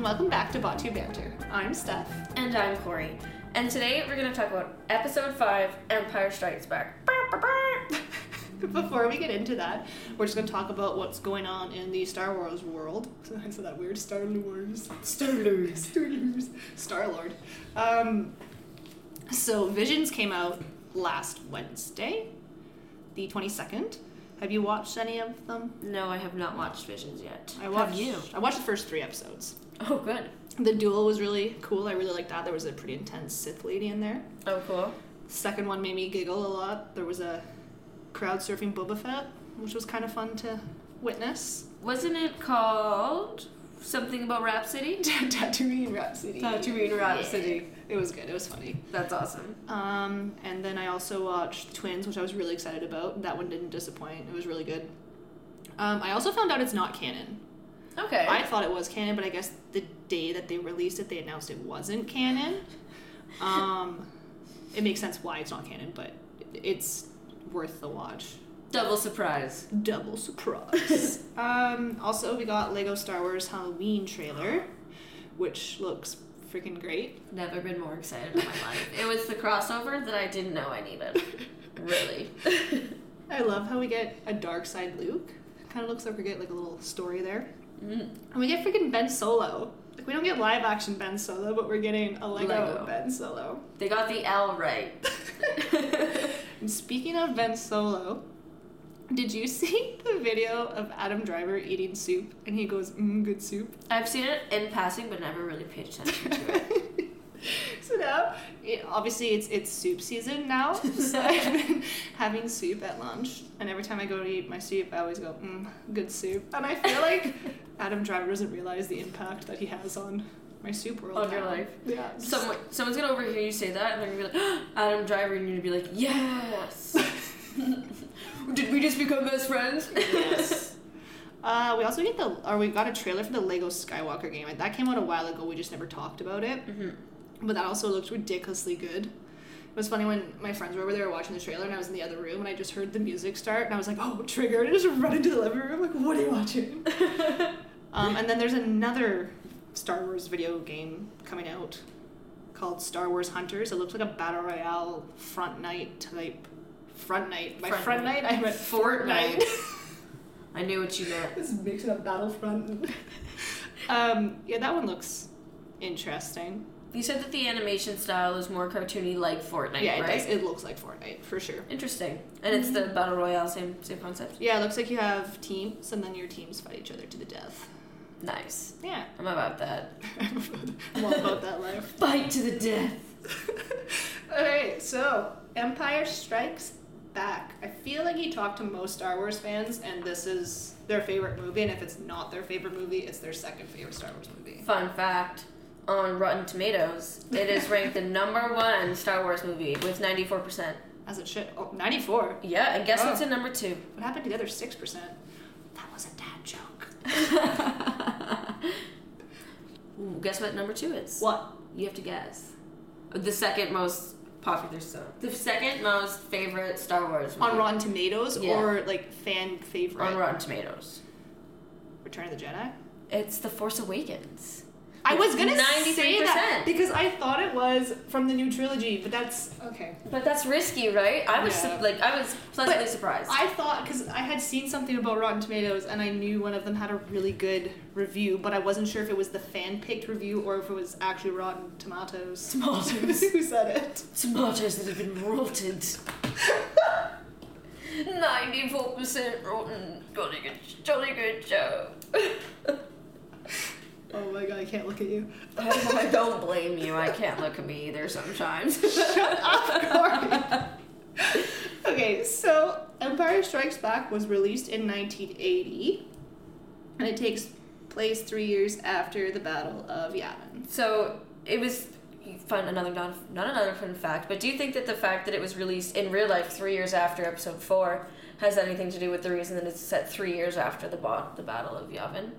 welcome back to Batu Banter. I'm Steph. And I'm Corey. And today we're going to talk about Episode 5 Empire Strikes Back. Brr, brr, brr. Before we get into that, we're just going to talk about what's going on in the Star Wars world. I said that weird Star Wars. Star Lord. Star Wars. Star Lord. Um, so, Visions came out last Wednesday, the 22nd. Have you watched any of them? No, I have not watched Visions yet. I watched, Have you? I watched the first three episodes. Oh, good. The duel was really cool. I really liked that. There was a pretty intense Sith lady in there. Oh, cool. Second one made me giggle a lot. There was a crowd surfing Boba Fett, which was kind of fun to witness. Wasn't it called something about Rhapsody? Tatooine Rhapsody. Tatooine Rhapsody. It was good. It was funny. That's awesome. Um, and then I also watched Twins, which I was really excited about. That one didn't disappoint. It was really good. Um, I also found out it's not canon. Okay. I thought it was canon, but I guess the day that they released it, they announced it wasn't canon. Um, it makes sense why it's not canon, but it's worth the watch. Double surprise. Double surprise. um, also, we got Lego Star Wars Halloween trailer, which looks freaking great. Never been more excited in my life. It was the crossover that I didn't know I needed. Really. I love how we get a dark side Luke. Kind of looks like we get like a little story there, Mm. and we get freaking Ben Solo. Like we don't get live action Ben Solo, but we're getting a Lego, Lego. Ben Solo. They got the L right. And speaking of Ben Solo, did you see the video of Adam Driver eating soup and he goes, mmm, good soup? I've seen it in passing, but never really paid attention to it. so now, it, obviously, it's it's soup season now. So I've been having soup at lunch, and every time I go to eat my soup, I always go, mmm, good soup. And I feel like Adam Driver doesn't realize the impact that he has on my soup world. On your now. life. Yeah. it's just- Someone, someone's gonna overhear you say that, and they're gonna be like, "Adam Driver," and you're gonna be like, "Yes." Did we just become best friends? Yes. Uh, we also get the, or we got a trailer for the Lego Skywalker game. That came out a while ago. We just never talked about it. hmm But that also looked ridiculously good. It was funny when my friends were over there watching the trailer, and I was in the other room, and I just heard the music start, and I was like, "Oh, trigger!" And I just run into the living room, like, "What are you watching?" um, and then there's another Star Wars video game coming out called Star Wars Hunters. It looks like a battle royale front night type. Front night. By Front front night. night, I meant Fortnite. I knew what you meant. Just mixing up Battlefront. um, yeah, that one looks interesting. You said that the animation style is more cartoony, like Fortnite, yeah, it right? does. It looks like Fortnite for sure. Interesting. And it's the battle royale, same same concept. Yeah, it looks like you have teams, and then your teams fight each other to the death. Nice. Yeah, I'm about that. I'm all about that life. Fight to the death. Okay, so Empire Strikes Back. I feel like you talk to most Star Wars fans, and this is their favorite movie. And if it's not their favorite movie, it's their second favorite Star Wars movie. Fun fact on Rotten Tomatoes, it is ranked the number one Star Wars movie with 94%. As it should. Oh, 94. Yeah, and guess Oh. what's in number two? What happened to the other 6%? That was a dad joke. Ooh, guess what number two is? What? You have to guess. The second most popular song. The second most favorite Star Wars movie. On Rotten Tomatoes Yeah. or like fan favorite? On Rotten Tomatoes. Return of the Jedi? It's The Force Awakens. I was gonna say 93%. that because I thought it was from the new trilogy, but that's okay. But that's risky, right? I was su- Yeah. like, I was pleasantly But surprised. I thought because I had seen something about Rotten Tomatoes and I knew one of them had a really good review, but I wasn't sure if it was the fan picked review or if it was actually Rotten Tomatoes. Tomatoes. Who said it? Tomatoes that have been rotted. 94% rotten. Got a good, jolly good show. Oh my god, I can't look at you. I don't blame you. I can't look at me either sometimes. Shut up, Corey. okay, so Empire Strikes Back was released in 1980, and it takes place three years after the Battle of Yavin. So it was fun. Another non, not another fun fact. But do you think that the fact that it was released in real life three years after Episode Four has anything to do with the reason that it's set three years after the ba- the Battle of Yavin?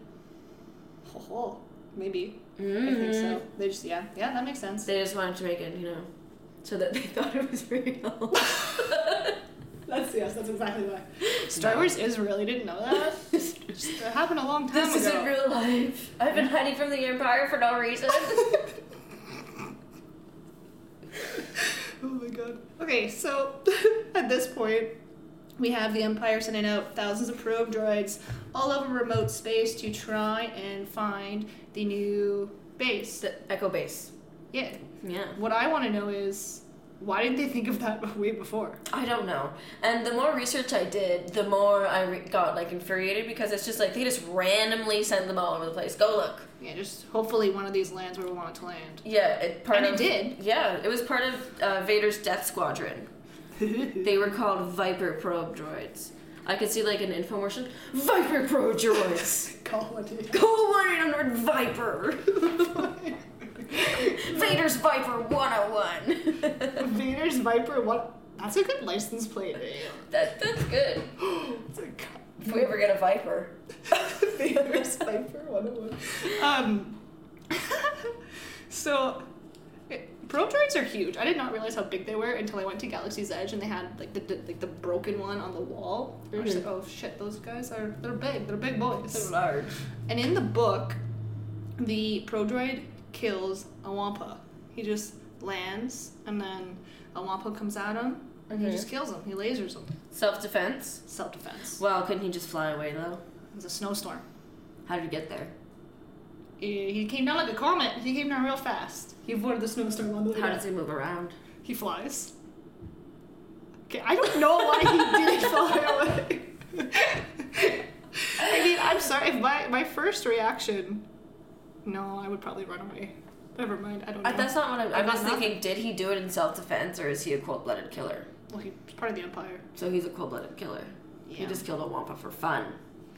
Oh, maybe. Mm-hmm. I think so. They just, yeah, yeah, that makes sense. They just wanted to make it, you know, so that they thought it was real. That's yes, that's exactly why. Star Wars is really didn't know that. Just, it happened a long time This ago. isn't real life. I've been hiding from the Empire for no reason. oh my god. Okay, so at this point, we have the Empire sending out thousands of probe droids all over remote space to try and find the new base. the Echo Base. Yeah. Yeah. What I want to know is why didn't they think of that way before? I don't know. And the more research I did, the more I re- got like infuriated because it's just like they just randomly send them all over the place. Go look. Yeah, just hopefully one of these lands where we want it to land. Yeah, it part And it of did. Yeah, it was part of uh, Vader's Death Squadron. They were called Viper probe droids. I could see like an infomercial. Viper probe droids. Call it. Call one eight hundred Viper. Vader's Viper one hundred one. Vader's Viper, what? That's a good license plate name. That that's good. It's a co- If we ever get a Viper. Vader's Viper 101. Um, so, it- probe droids are huge. I did not realize how big they were until I went to Galaxy's Edge and they had like the, the like the broken one on the wall. And I was just like, oh shit, those guys are they're big. They're big boys. large. And in the book, the probe droid kills a wampa. He just lands and then a wampa comes at him and he Mhm. just kills him. He lasers him. Self defense. Self defense. Well, couldn't he just fly away though? It was a snowstorm. How did he get there? Yeah, He came down like a comet. He came down real fast. He avoided the snowstorm on the way. How down. does he move around? he flies? Okay, I don't know why he did fly away. I mean, I'm sorry. If my my first reaction, no, I would probably run away. Never mind. I don't know. I, that's not what I'm. I I'm got just thinking. Did he do it in self defense, or is he a cold blooded killer? well, he's part of the empire. So he's a cold blooded killer. He just killed a wampa for fun.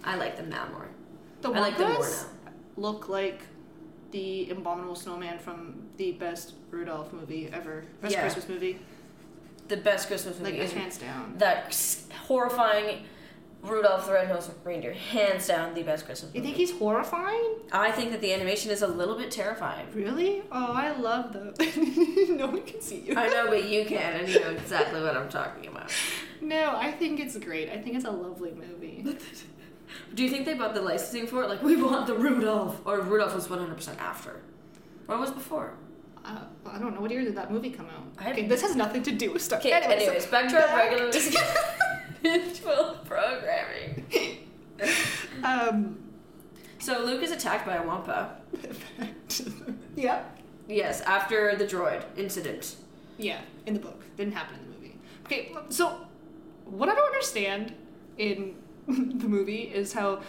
I like them now more. the I like them more Wampas now. look like the abominable snowman from the best Rudolph movie ever, best Yeah. Christmas movie, The best Christmas like movie is hands down. that s- horrifying Rudolph the Red-Nosed Reindeer, hands down the best Christmas You movie. think he's horrifying? I think that the animation is a little bit terrifying. Really? Oh, I love those. no one can see you. I know, but you can, and you know exactly what I'm talking about. No, I think it's great. I think it's a lovely movie. Do you think they bought the licensing for it? Like, we want the Rudolph, or Rudolph was 100% after, or was before? Uh, I don't know what year did that movie come out. I have- Okay, this has nothing to do with Star. Okay, Anyway, so anyways, back to our back- regular scheduled programming. Um. So Luke is attacked by a wampa. yeah. Yes, after the droid incident. Yeah. In the book, didn't happen in the movie. Okay, so what I don't understand in the movie is how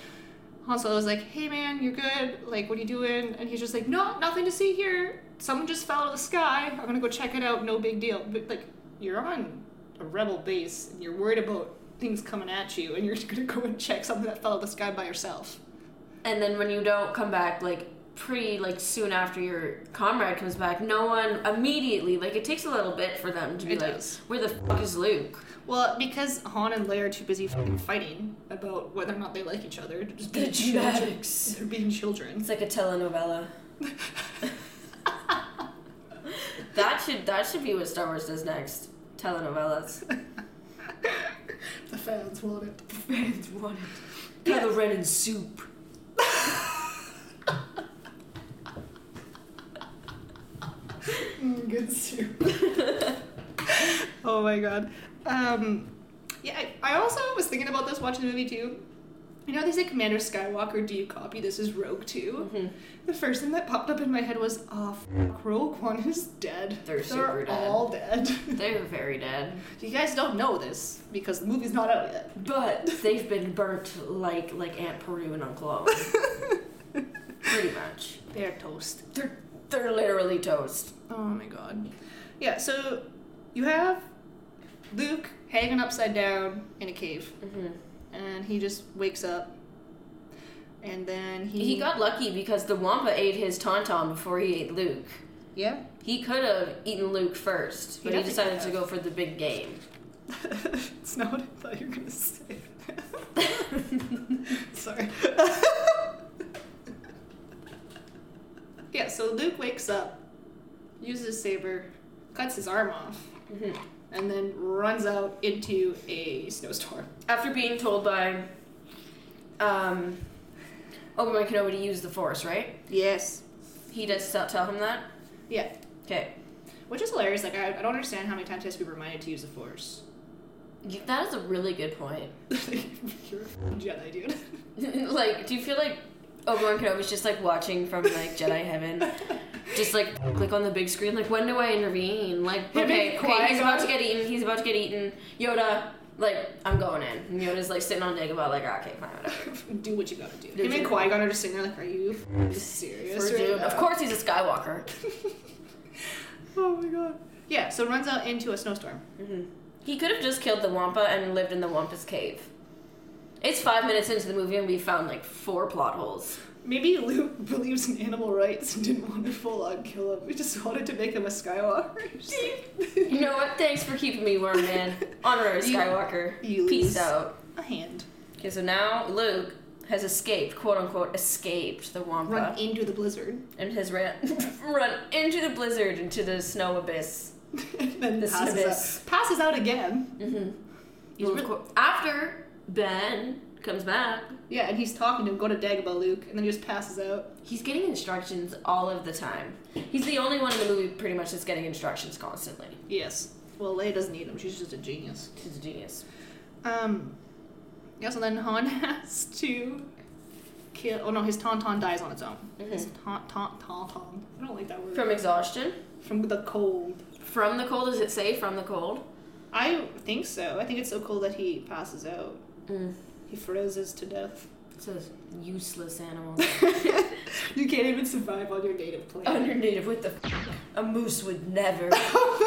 Han Solo is like, "Hey man, you're good. Like, what are you doing?" And he's just like, "No, nothing to see here. Someone just fell out of the sky. I'm gonna go check it out. No big deal." But like, you're on a rebel base and you're worried about things coming at you, and you're gonna go and check something that fell out of the sky by yourself. And then when you don't come back, like pretty like soon after your comrade comes back, no one immediately like it takes a little bit for them to be It like, does. where the fuck is Luke? Well, because Han and Leia are too busy fucking fighting about whether or not they like each other, just The being children. genetics. They're being children. It's like a telenovela. that should that should be what Star Wars does next. Telenovelas. The fans want it. Fans want it. Kylo Ren and soup. Mm, good soup. oh my god. Um, yeah, I, I also was thinking about this watching the movie too. You know, they say Commander Skywalker, do you copy? This is Rogue 2. Mhm. The first thing that popped up in my head was, oh, fuck, Rogue One is dead. They're super dead. all dead. They're very dead. you guys don't know this because the movie's not out yet. But they've been burnt like like Aunt Peru and Uncle Owen. Pretty much. They're toast. They're they're literally toast. Oh my god. Yeah, so you have Luke hanging upside down in a cave, Mm-hmm. and he just wakes up, and then he He got lucky because the Wampa ate his Tauntaun before he ate Luke. yeah. He could have eaten Luke first, He but he, definitely decided to could've. go for the big game. it's not what I thought you were gonna say. Sorry. yeah, so Luke wakes up, uses his saber, cuts his arm off, Mhm. and then runs out into a snowstorm. After being told by um, Obi Wan Kenobi to use the Force, right? Yes. He does tell, tell him that. Yeah. Okay, Which is hilarious. Like, I, I don't understand how many times he has to be reminded to use the Force. that is a really good point. You're a f***ing Jedi, dude. like, do you feel like Obi Wan Kenobi's just like watching from like Jedi heaven? Just like click on the big screen. Like when do I intervene? Like Yeah, okay, make okay, he's Qui-Gon- about to get eaten. He's about to get eaten. Yoda, like I'm going in. And Yoda's like sitting on Dagobah, like "Ah, okay, fine, whatever. do what you gotta do. Do Him and you- Qui Gon are just sitting there like, are you f***ing serious? We're right doomed. now?" Of course, he's a Skywalker. Oh my god. Yeah, so runs out into a snowstorm. hmm He could have just killed the Wampa and lived in the Wampa's cave. It's five minutes into the movie and we found like four plot holes. Maybe Luke believes in animal rights and didn't want to full on kill him. We just wanted to make him a Skywalker. Just like- You know what? Thanks for keeping me warm, man. Honorary You- Skywalker. you Peace lose. out. a hand. Okay, so now Luke has escaped, quote unquote, escaped the Wampa Run into the blizzard. and has ran run into the blizzard, into the snow abyss. and then This passes abyss. out. Passes out again. Mm-hmm. He's Well, of really- cour- after Ben comes back, Yeah, and he's talking to him, go to Dagobah, Luke, and then he just passes out. he's getting instructions all of the time. He's the only one in the movie pretty much that's getting instructions constantly. Yes. Well, Leia doesn't need him. She's just a genius. He's a genius. Um. Yeah, so then Han has to kill. Oh no, his tauntaun dies on its own. Mm-hmm. His taunt, taunt, tauntaun. I don't like that word. From exhaustion. From the cold. From the cold, does it say from the cold? I think so. I think it's so cold that he passes out. Mm. He freezes to death. It says useless animal. You can't even survive on your native planet. Under native, what the f- A moose would never. no,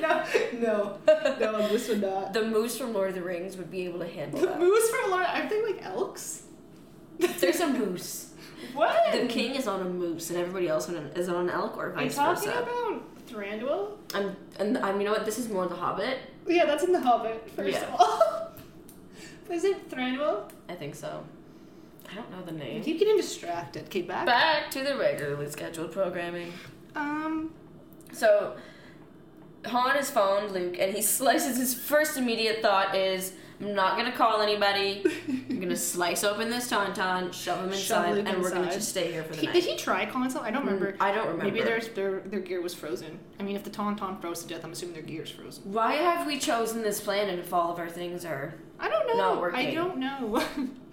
no, no, this would not. the moose from Lord of the Rings would be able to handle The that. moose from Laura, aren't they like elks? There's a moose. What? The king is on a moose, and everybody else on an, is on an elk or Are you vice talking versa. about Thranduil? I'm, and um, you know what? This is more The Hobbit. Yeah, that's in The Hobbit, first Yeah. of all. Is it Thranduil? I think so. I don't know the You name. keep getting distracted. Okay, back. Back to the regularly scheduled programming. Um, So Han has found Luke and he slices his first immediate thought is I'm not gonna call anybody. I'm gonna slice open this tauntaun, shove him Shove inside, Luke and we're gonna inside. just stay here for the he, night. did he try calling something? I don't remember. Mm, I don't remember. Maybe their, their their gear was frozen. I mean, if the Tauntaun froze to death, I'm assuming their gear's frozen. Why have we chosen this planet if all of our things are? I don't know. Not working. I don't know.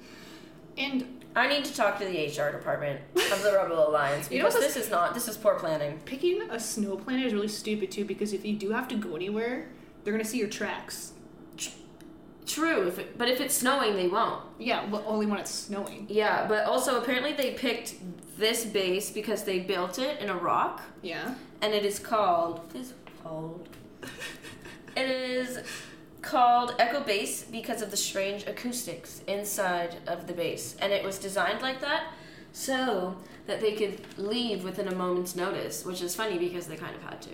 and I need to talk to the HR department of the Rebel Alliance You know because what's- this is not. This is poor planning. picking a snow planet is really stupid too, because if you do have to go anywhere, they're gonna see your tracks. True, if it, but if it's snowing, they won't. Yeah, well, only when it's snowing. Yeah, but also apparently they picked this base because they built it in a rock. Yeah. and it is called this cold. it is called Echo Base because of the strange acoustics inside of the base, and it was designed like that so that they could leave within a moment's notice, which is funny because they kind of had to.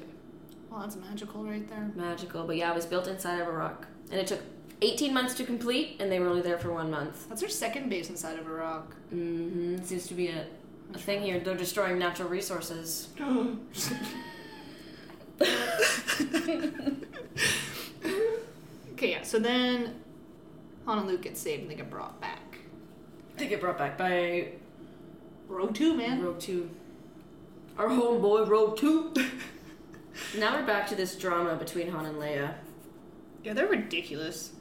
Well, that's magical right there. Magical, but yeah, it was built inside of a rock, and it took 18 months to complete, and they were only there for one month. That's their second base inside of Iraq. Mm-hmm. Seems to be a, a thing here. They're destroying natural resources. Okay, yeah. So then, Han and Luke get saved and they get brought back. They get brought back by Rogue two, man. Rogue Two. Our homeboy Rogue Two. now we're back to this drama between Han and Leia. Yeah, they're ridiculous.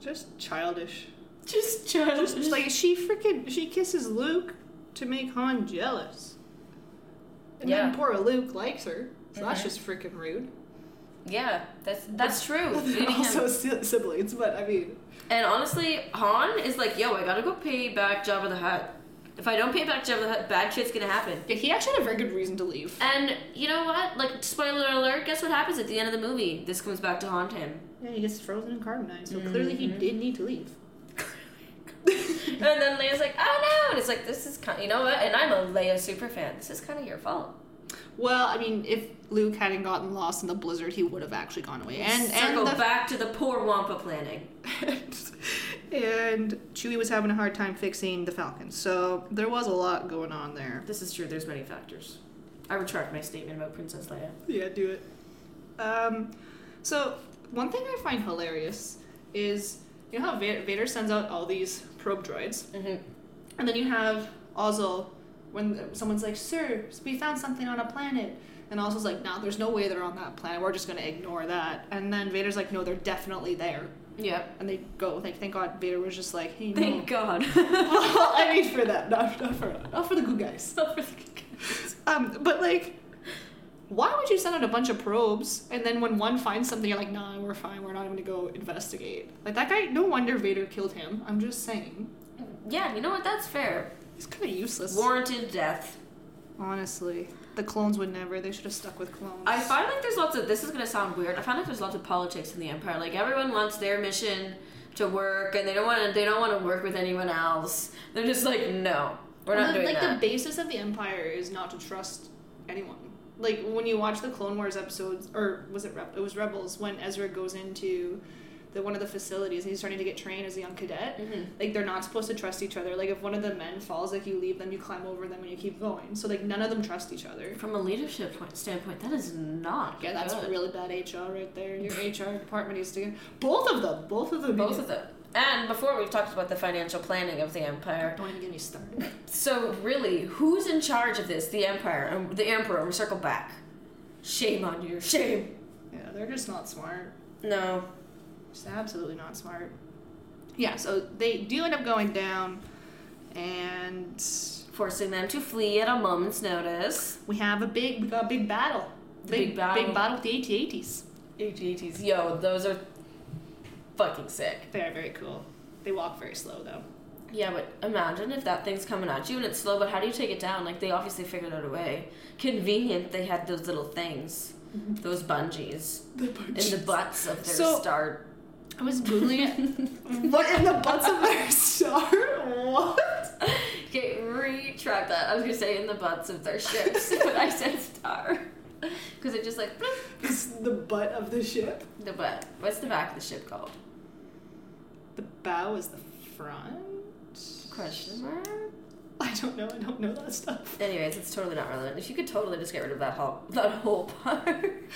Just childish. Just Just, childish. like she freaking she kisses Luke to make Han jealous. And then Yeah. poor Luke likes her. So that's Mhm. just freaking rude. yeah, that's that's true. They're Leaving him- also si- siblings, but I mean, And honestly, Han is like, yo, I gotta go pay back Jabba the Hutt. If I don't pay back Jabba the Hutt, bad shit's gonna happen. yeah, he actually had a very good reason to leave. And you know what? Like, spoiler alert, guess what happens at the end of the movie? This comes back to haunt him. Yeah, he gets frozen and carbonized, so clearly he Mhm. did need to leave. and then Leia's like, oh no! And it's like, this is kind you know what? And I'm a Leia super fan. This is kind of your fault. Well, I mean, if Luke hadn't gotten lost in the blizzard, he would have actually gone away. And circle and, the, back to the poor Wampa planning. and Chewie was having a hard time fixing the Falcon, so there was a lot going on there. This is true. There's many factors. I retract my statement about Princess Leia. Yeah, do it. Um, so one thing I find hilarious is you know how Va- Vader sends out all these probe droids. Mm-hmm. And then you have Ozzel when someone's like, "Sir, we found something on a planet," and Ozzel's like, "No, there's no way they're on that planet. We're just gonna ignore that." And then Vader's like, "No, they're definitely there." Yeah. And they go. Like, thank God Vader was just like, "Hey, no." Thank God. well, I mean, for that, not, not for not for the good guys. Um, but like, why would you send out a bunch of probes and then when one finds something, you're like, "Nah, we're fine. We're not even gonna go investigate." Like that guy. No wonder Vader killed him. I'm just saying, yeah, you know what? That's fair. he's kind of useless. Warranted death. Honestly, the clones would never. They should have stuck with clones. I find like there's lots of. This is gonna sound weird. I find like there's lots of politics in the Empire. Like everyone wants their mission to work, and they don't want to. They don't want to work with anyone else. They're just like, no, we're not Well, doing like that. the basis of the empire is not to trust anyone. Like when you watch the Clone Wars episodes, or was it Reb- it was Rebels when Ezra goes into the one of the facilities and he's starting to get trained as a young cadet. Mhm. Like they're not supposed to trust each other. Like if one of the men falls, like you leave them, you climb over them, and you keep going. So like none of them trust each other. From a leadership point standpoint, that is not. Yeah, that's good. really bad HR right there. Your HR department needs to get both of them. Both of them. Both of them. And before we've talked about the financial planning of the empire. Don't even get me started. So really, who's in charge of this? The empire, um, the emperor. We circle back. Shame on you. Shame. Yeah, they're just not smart. No. It's absolutely not smart. Yeah, so they do end up going down, and Forcing them to flee at a moment's notice. we have a big, we got a big battle. The big battle. Big battle with the AT-ATs. AT-ATs. Yo, those are fucking sick. Very, very cool. They walk very slow though. Yeah, but imagine if that thing's coming at you and it's slow, but how do you take it down? Like, they obviously figured out a way. Convenient they had those little things, those bungees, The in the butts of their So- star. I was googling it. what in the butts of their star? What? Okay, retract that. I was gonna say in the butts of their ships, but I said star. Because it just like, bloop, It's the butt of the ship. the butt. What's the back of the ship called? The bow is the front. Question mark? I don't know. I don't know that stuff. Anyways, it's totally not relevant. If you could totally just get rid of that whole that whole part.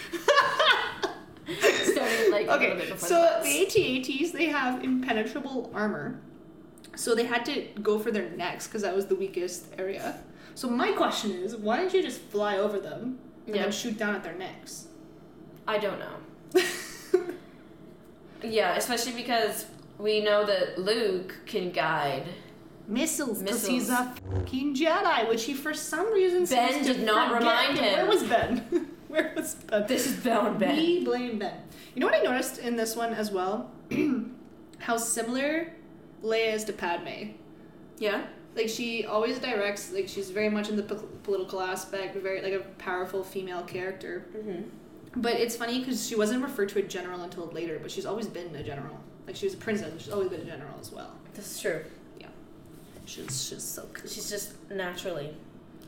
Starting like a little bit okay, before so the the AT-ATs they have impenetrable armor, so they had to go for their necks because that was the weakest area. So my question is, why didn't you just fly over them and Yeah. then shoot down at their necks? I don't know. Yeah, especially because we know that Luke can guide. Missiles, because Missiles. he's a fucking Jedi, which he for some reason Ben seems to did not forget. remind Yeah, him. Where was Ben? Where was Ben? This is bound Ben. We blame Ben. You know what I noticed in this one as well? How similar Leia is to Padme. yeah. like she always directs like she's very much in the po- political aspect very like a powerful female character Mm-hmm. but it's funny because she wasn't referred to a general until later but she's always been a general like she was a princess she's always been a general as well This is true. she's she's so cool She's just naturally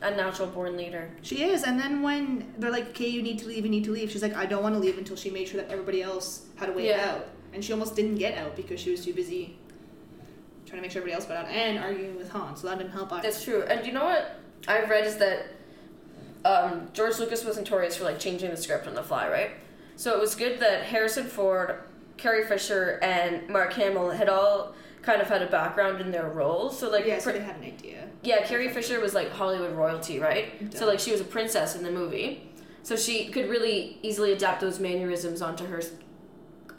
a natural born leader. she is and then when they're like okay you need to leave you need to leave she's like i don't want to leave until she made sure that everybody else had a way Yeah. out and she almost didn't get out because she was too busy trying to make sure everybody else got out and arguing with han so that didn't help either That's true. And you know what I've read is that um, George Lucas was notorious for like changing the script on the fly, right? So it was good that Harrison Ford, Carrie Fisher, and Mark Hamill had all kind of had a background in their roles. So like, yeah so pr- they had an idea yeah, Carrie Fisher was like Hollywood royalty, right? So Duh. like she was a princess in the movie, so she could really easily adapt those mannerisms onto her s-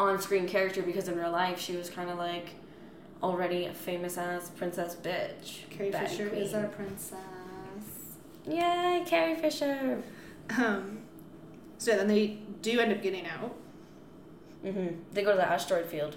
on-screen character because in real life she was kind of like already a famous ass princess bitch. carrie bad fisher is queen. our princess Yay, Carrie Fisher. Um, so then they do end up getting out. hmm They go to the asteroid field.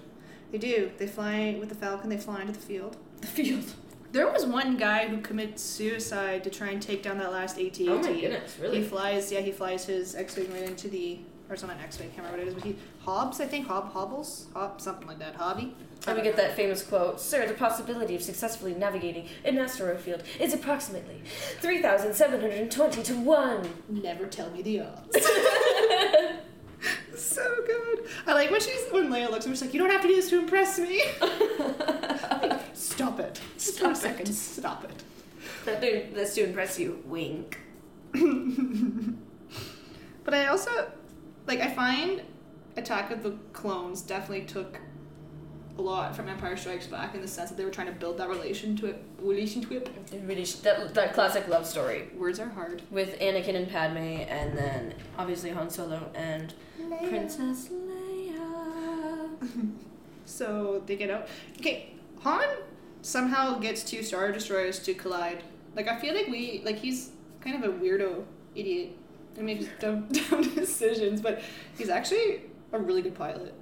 They do. They fly with the Falcon. They fly into the field. The field. There was one guy who commits suicide to try and take down that last AT-AT. Oh my goodness, He really? flies. Yeah, he flies his X-wing right into the. Or it's not an X-wing. I can't remember what it is. But he Hobbs, I think. Hob Hobbles, Hob something like that. Hobby. And we get that famous quote, Sir, the possibility of successfully navigating an asteroid field is approximately 3,720 to 1. Never tell me the odds. so good. I like when she's when Leia looks. at her, she's like, "You don't have to do this to impress me." Stop it. Stop Stop a second. Stop it. That dude, that's to impress you. Wink. But I also like I find Attack of the Clones definitely took a lot from Empire Strikes Back in the sense that they were trying to build that relation to it, relation to it. It really sh- that that classic love story Words are hard. with Anakin and Padme, and then obviously Han Solo and Princess Leia. So they get out. Okay, Han somehow gets two star destroyers to collide. Like I feel like we like he's kind of a weirdo idiot and makes dumb dumb decisions, but he's actually a really good pilot.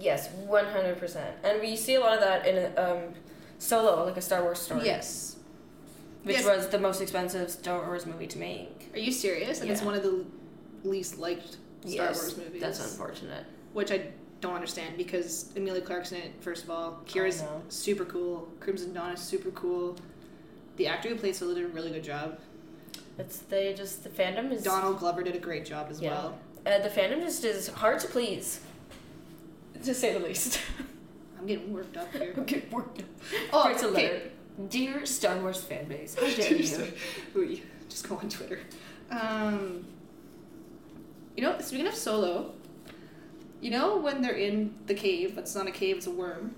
Yes, one hundred percent. And we see a lot of that in um, Solo, like a Star Wars story. Yes. which Yes. was the most expensive Star Wars movie to make. Are you serious? And it's Yeah. one of the least liked Star Yes, Wars movies. That's unfortunate. which I don't understand because Amelia Clark's in it, first of all. Kira's I know. super cool. Crimson Dawn is super cool. The actor who played Solo did a really good job. It's they just the fandom is Donald Glover did a great job as Yeah. well. Uh, the fandom just is hard to please, to say the least. I'm getting worked up here. okay, worked up. Oh, Writes a letter. Dear Star Wars fan base, how dare you? Mm-hmm. Ooh, just go on Twitter. Um, you know, speaking of Solo, you know when they're in the cave, that's not a cave, it's a worm,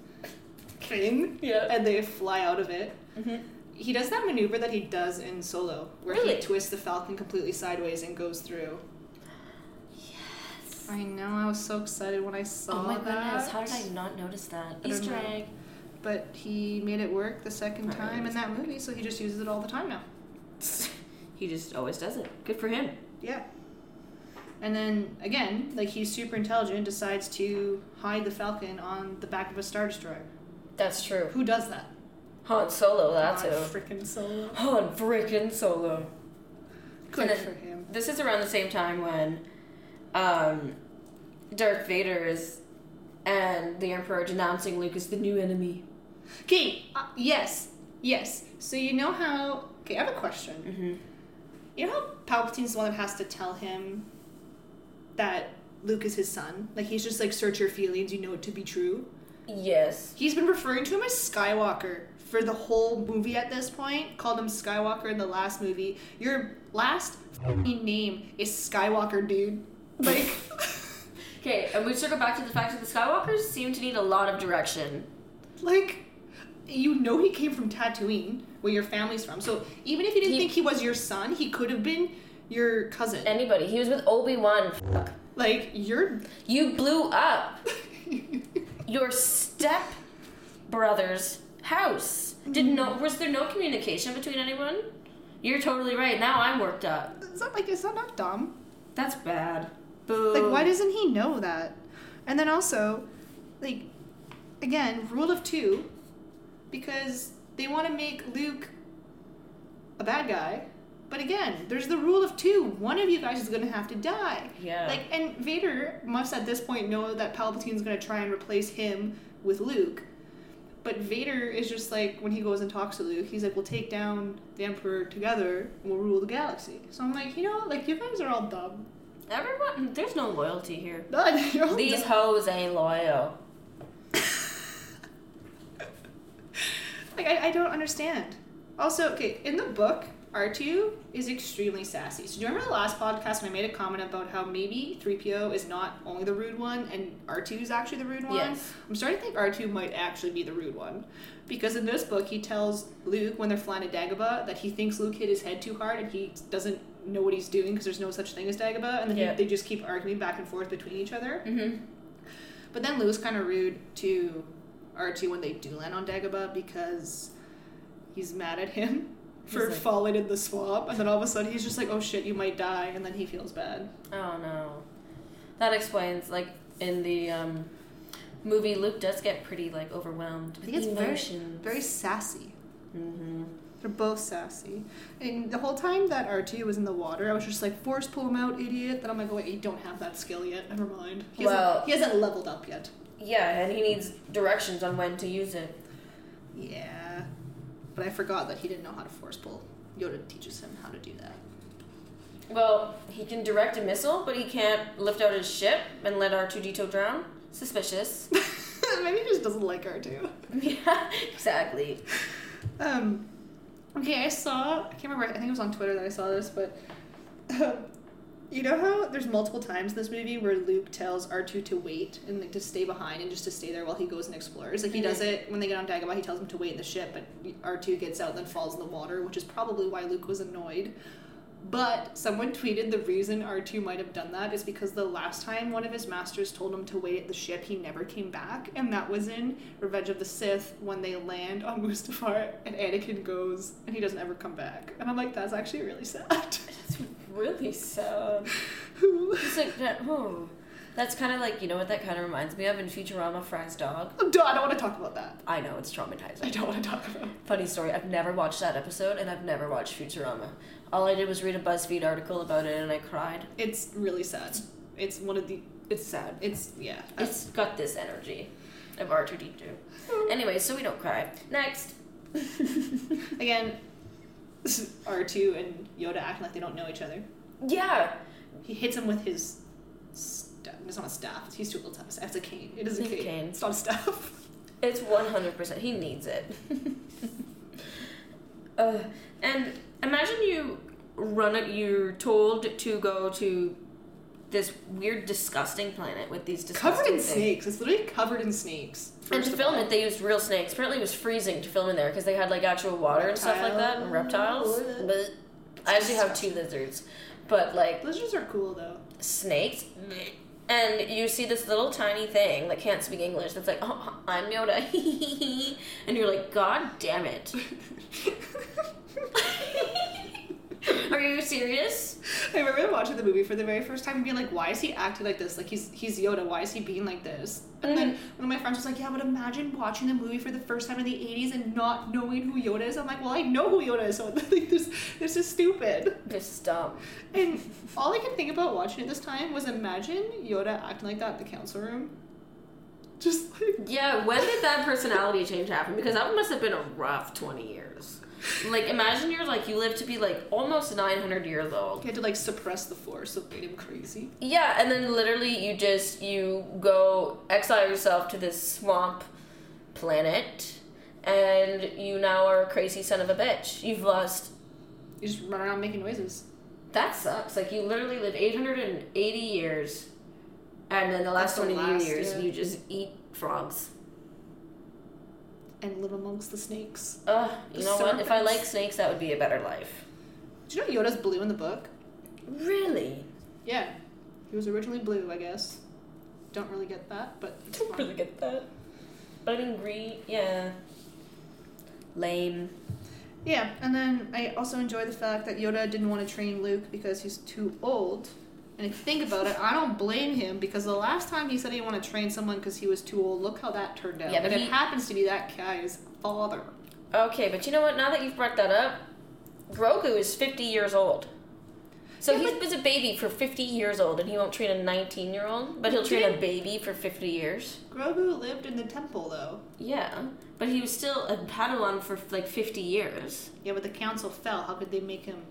thing, Yeah. and they fly out of it. hmm He does that maneuver that he does in Solo, where he Really? twists the Falcon completely sideways and goes through. Yes. I know. I was so excited when I saw Oh my that. goodness, how did I not notice that? I Easter don't know. egg. But he made it work the second Probably time in is. that movie, so he just uses it all the time now. He just always does it. Good for him. Yeah. And then again, like he's super intelligent, decides to hide the Falcon on the back of a Star Destroyer. That's true. Who does that? Han Solo, that's Not who. freaking solo. Han frickin' Solo. Good then- for him. This is around the same time when um, Darth Vader is and the Emperor denouncing Luke as the new enemy. Okay. Uh, yes. Yes. So you know how? Okay, I have a question. Mm-hmm. You know how Palpatine's the one that has to tell him that Luke is his son? Like, he's just like, search your feelings, you know it to be true. Yes. He's been referring to him as Skywalker for the whole movie at this point. Called him Skywalker in the last movie. Your last fing name is Skywalker, dude. Like, Okay, and we circle back to the fact that the Skywalkers seem to need a lot of direction. like, you know he came from Tatooine, where your family's from. So even if you didn't He- think he was your son, he could have been your cousin. Anybody. He was with Obi Wan. Fuck. like, you're. You blew up your step brother's house. Did no was there no communication between anyone? You're totally right. Now I'm worked up. It's not like it's not, not dumb. That's bad. Boo. Like, why doesn't he know that? And then also, like, again, rule of two, because they want to make Luke a bad guy. But again, there's the rule of two. One of you guys is gonna have to die. Yeah. Like, and Vader must at this point know that Palpatine's gonna try and replace him with Luke. But Vader is just like when he goes and talks to Luke, he's like, "We'll take down the Emperor together. and We'll rule the galaxy." So I'm like, you know, like you guys are all dumb. Everyone, there's no loyalty here. None. You're all These dumb. hoes ain't loyal. Like I, I don't understand. Also, okay, in the book, R2 is extremely sassy. So do you remember the last podcast when I made a comment about how maybe 3PO is not only the rude one and R2 is actually the rude one? Yes. I'm starting to think R2 might actually be the rude one. Because in this book he tells Luke when they're flying to Dagobah that he thinks Luke hit his head too hard and he doesn't know what he's doing because there's no such thing as Dagobah and then he- Yeah. they just keep arguing back and forth between each other. Mm-hmm. But then Luke's kind of rude to R2 when they do land on Dagobah because he's mad at him for He's like- falling in the swamp. And then all of a sudden he's just like, oh shit, you might die. And then he feels bad. Oh no. That explains, like, in the um, movie, Luke does get pretty, like, overwhelmed with think it's very- emotions. Very sassy. Mm-hmm. They're both sassy. And the whole time that R2 was in the water, I was just like, force pull him out, idiot. Then I'm like, oh, wait, you don't have that skill yet. Never mind. He, Well- hasn't, he hasn't leveled up yet. Yeah, and he needs directions on when to use it. Yeah. But I forgot that he didn't know how to force pull. Yoda teaches him how to do that. Well, he can direct a missile, but he can't lift out his ship and let R2D2 drown. Suspicious. Maybe he just doesn't like R2. yeah, exactly. Um, okay, I saw. I can't remember. I think it was on Twitter that I saw this, but um, You know how there's multiple times in this movie where Luke tells R2 to wait and like to stay behind and just to stay there while he goes and explores. Like he does it when they get on Dagobah, he tells him to wait in the ship, but R2 gets out and then falls in the water, which is probably why Luke was annoyed. But someone tweeted the reason R2 might have done that is because the last time one of his masters told him to wait at the ship, he never came back, and that was in Revenge of the Sith when they land on Mustafar and Anakin goes and he doesn't ever come back. And I'm like, that's actually really sad. That's really sad. It's like that. Oh, that's kind of like you know what that kind of reminds me of in Futurama, Frank's dog. I don't want to talk about that. I know it's I traumatizing. don't want to talk about. Funny story. I've never watched that episode, and I've never watched Futurama. All I did was read a BuzzFeed article about it, and I cried. It's really sad. It's one of the. It's sad. It's yeah. It's got this energy of R two D Uh, two. Anyway, so we don't cry. Next. Again, R two and Yoda acting like they don't know each other. Yeah. He hits him with his. Staff. It's not a staff. He's too old to have a staff. It's a cane. It is a It's a cane. cane. It's not a staff. It's one hundred percent. He needs it. uh, and imagine you run it. You're told to go to this weird, disgusting planet with these disgusting covered in things. snakes. It's literally covered in snakes. And first to of film all. it, they used real snakes. Apparently, it was freezing to film in there because they had like actual water and stuff like that and reptiles. Reptiles. But I actually have two lizards, but like Lizards are cool though. snakes. bleh. And you see this little tiny thing that can't speak English that's like, oh, I'm Yoda. and you're like, God damn it. Are you serious? I remember watching the movie for the very first time and being like, why is he acting like this? Like he's he's Yoda, why is he being like this? And then one of my friends was like, Yeah, but imagine watching the movie for the first time in the eighties and not knowing who Yoda is. I'm like, Well I know who Yoda is, so like this this is stupid. This is dumb. And all I could think about watching it this time was imagine Yoda acting like that in the council room. Just like Yeah, when did that personality change happen? Because that must have been a rough 20 years. Like, imagine you're like, you live to be like almost 900 years old. you had to like suppress the force, so it made him crazy. Yeah, and then literally you just you go exile yourself to this swamp planet, and you now are a crazy son of a bitch. You've lost. You just run around making noises. That sucks. Like you literally live 880 years, and then the last That's the 20 last, years yeah. you just eat frogs. And live amongst the snakes. Ugh. You The know what? If I serpents. like snakes, that would be a better life. Did you know Yoda's blue in the book? Really? Yeah. He was originally blue, I guess. Don't really get that, but it's fine. get that. But I mean, green. Yeah. Lame. Yeah, and then I also enjoy the fact that Yoda didn't want to train Luke because he's too old. And if you think about it, I don't blame him because the last time he said he didn't want to train someone because he was too old, look how that turned out. Yeah, but and he- it happens to be that guy's father. Okay, but you know what? Now that you've brought that up, Grogu is 50 years old. So Yeah, he was a baby for 50 years old, and he won't train a 19 year old, but he'll train a Didn't- baby for 50 years. Grogu lived in the temple, though. Yeah, but he was still a Padawan for like 50 years. Yeah, but the council fell. How could they make him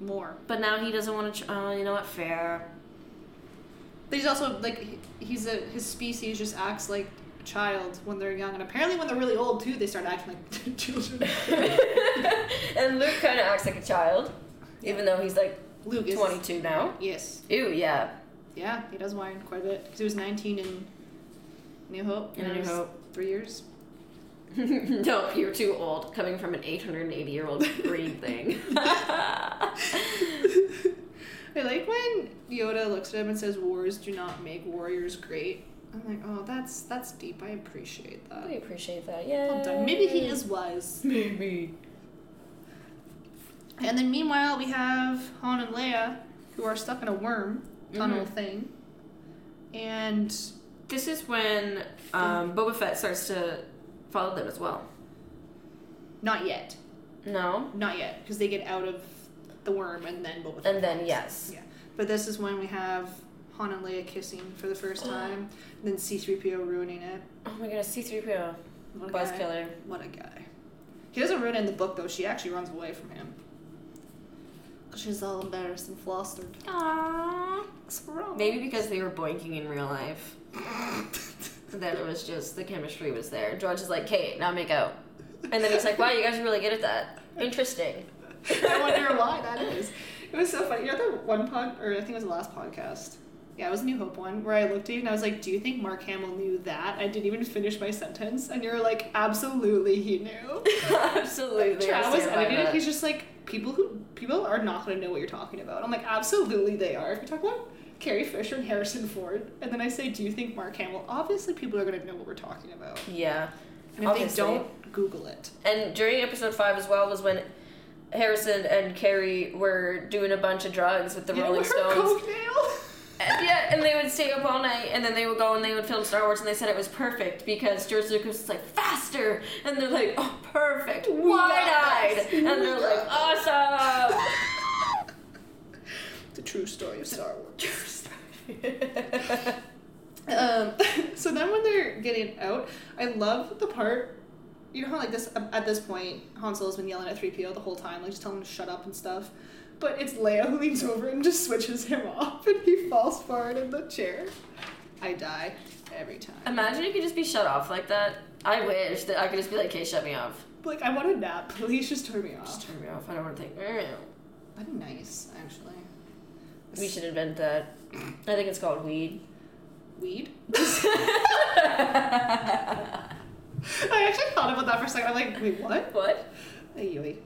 more? But now he doesn't want to. Tr- oh, you know what? Fair. But he's also like he- he's a his species just acts like a child when they're young, and apparently when they're really old too, they start acting like children. and Luke kind of acts like a child, even though he's like Luke is 22 now. Yes, Ew, yeah. yeah, he does whine quite a bit because he was nineteen in New Hope. In and A it New was Hope. three years. no, you're too old. Coming from an 880 year old green thing. I like when Yoda looks at him and says, "Wars do not make warriors great." I'm like, oh, that's that's deep. I appreciate that. We appreciate that. Yeah. Well done. Maybe he is wise. Maybe. And then meanwhile, we have Han and Leia, who are stuck in a worm tunnel Mhm. thing. And This is when um, Boba Fett starts to follow them as well. not yet, No. not yet, because they get out of the worm and then both. And then yes. But this is when we have Han and Leia kissing for the first time, and then C-3PO ruining it. Oh my goodness, C3PO. What a Buzz guy. killer. What a guy. He doesn't ruin it in the book though. She actually runs away from him. Cause she's all embarrassed and flustered. Aww. What's wrong? Maybe because they were boinking in real life. then it was just the chemistry was there. George is like, "Kate, now make out," and then he's like, "Wow, you guys are really good at that. Interesting." I wonder why that is. It was so funny. You know that one pod, or I think it was the last podcast. Yeah, it was the New Hope one where I looked at you and I was like, "Do you think Mark Hamill knew that?" I didn't even finish my sentence, and you're like, "Absolutely, he knew." Absolutely. I Travis stand by edited. it. that. He's just like, "People who people are not going to know what you're talking about." I'm like, "Absolutely, they are." If you're talking about Carrie Fisher and Harrison Ford, and then I say, "Do you think Mark Hamill?" Obviously, people are going to know what we're talking about, Yeah. and if Obviously. they don't, Google it. And during episode five as well was when Harrison and Carrie were doing a bunch of drugs with the You know, Rolling her Stones. coke nail? And yeah, and they would stay up all night, and then they would go and they would film Star Wars, and they said it was perfect because George Lucas was like faster, and they're like, oh, perfect, We got wide-eyed, this. and We they're like, got awesome. the true story of Star Wars. um, so then when they're getting out, I love the part. You know how like this um, at this point, Han Solo's been yelling at three PO the whole time, like just telling him to shut up and stuff. But it's Leia who leans over and just switches him off, and he falls forward in the chair. I die every time. Imagine you could just be shut off like that. I wish that I could just be like, okay, shut me off. Like I want a nap. Please just turn me Just off. turn me off. I don't want to think. Mm. That'd be nice, actually. We should invent that. I think it's called weed. weed. I actually thought about that for a second. I'm like, wait, what? What? Ayoy.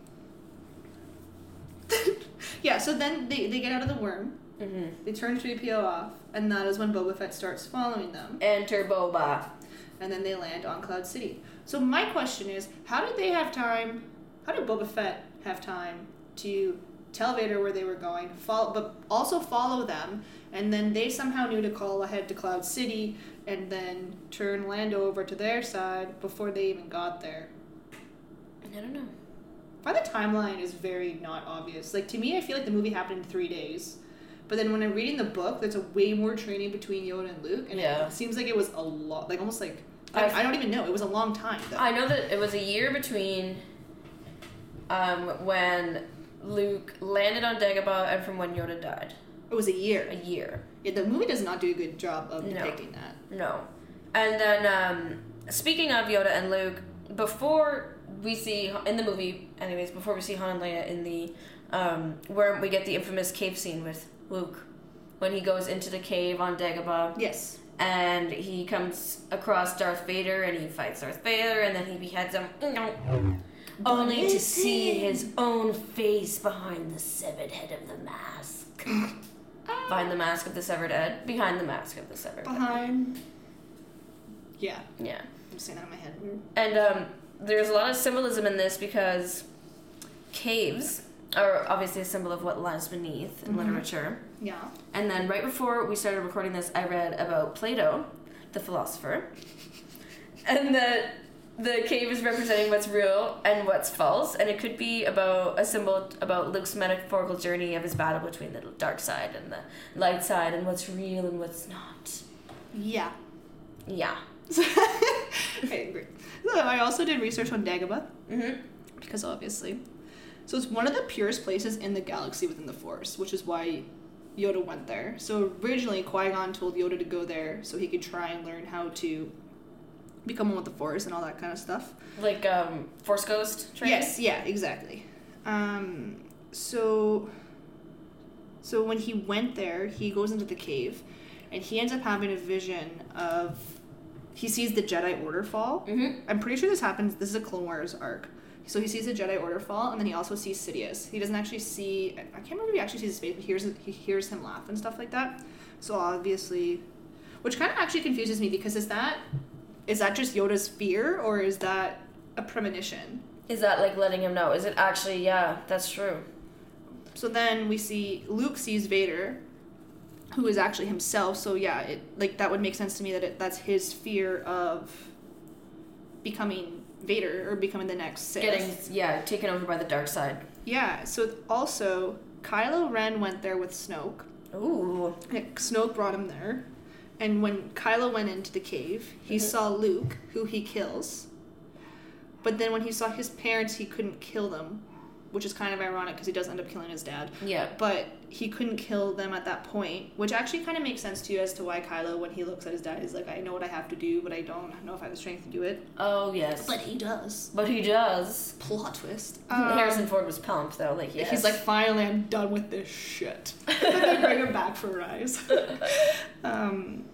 yeah, so then they, they get out of the worm, Mm-hmm. they turn 3PO off, and that is when Boba Fett starts following them, Enter Boba. and then they land on Cloud City. So my question is, how did they have time, how did Boba Fett have time to tell Vader where they were going, follow, but also follow them, and then they somehow knew to call ahead to Cloud City, and then turn Lando over to their side before they even got there? I don't know. Why the timeline is very not obvious. Like to me, I feel like the movie happened in three days, but then when I'm reading the book, there's a way more training between Yoda and Luke, and Yeah. it seems like it was a lot, like almost like I, I've- I don't even know. It was a long time though. I know that it was a year between um, when Luke landed on Dagobah and from when Yoda died. it was a year. A year. Yeah, the movie does not do a good job of No. depicting that. No. And then, um, speaking of Yoda and Luke, before we see in the movie, anyways, before we see Han and Leia in the um, where we get the infamous cave scene with Luke when he goes into the cave on Dagobah. Yes, and he comes across Darth Vader and he fights Darth Vader and then he beheads him. Only to see his own face behind the severed head of the mask. Behind the mask of the severed head? Behind the mask of the severed Uh-huh. head. behind. Yeah, Yeah. I'm saying that in my head. And um, there's a lot of symbolism in this because caves are obviously a symbol of what lies beneath in Mhm. literature. Yeah, And then right before we started recording this, I read about Plato, the philosopher, and that the cave is representing what's real and what's false, and it could be about a symbol about Luke's metaphorical journey of his battle between the dark side and the light side, and what's real and what's not. yeah. Yeah. I agree. So I also did research on Dagobah. Mm-hmm. because obviously. So it's one of the purest places in the galaxy within the Force, which is why Yoda went there. So originally, Qui Gon told Yoda to go there so he could try and learn how to become one with the Force and all that kind of stuff. Like um, Force Ghost training. Yes, yeah, exactly. Um, so, so when he went there, he goes into the cave, and he ends up having a vision of. He sees the Jedi Order fall, Mm-hmm. I'm pretty sure this happens. This is a Clone Wars arc. So he sees the Jedi Order fall, and then he also sees Sidious. He doesn't actually see. I can't remember if he actually sees his face, but he hears he hears him laugh and stuff like that. So obviously, which kind of actually confuses me because is that is that just Yoda's fear or is that a premonition? Is that like letting him know? Is it actually? Yeah, that's true. So then we see Luke sees Vader, who is actually himself. So yeah, it like that would make sense to me that it, that's his fear of becoming Vader or becoming the next Sith. Getting yeah taken over by the dark side. Yeah, so th- also, Kylo Ren went there with Snoke. Ooh. Like, Snoke brought him there. And when Kylo went into the cave, he Mhm. saw Luke, who he kills. But then when he saw his parents, he couldn't kill them. which is kind of ironic because he does end up killing his dad. Yeah. But he couldn't kill them at that point, which actually kind of makes sense to you as to why Kylo, when he looks at his dad, is like, I know what I have to do, but I don't know if I have the strength to do it. Oh yes. But he does. But he does. Plot twist. Harrison Ford was pumped though. Um, Like yes. He's like, finally, I'm done with this shit. But they bring him back for Rise. um,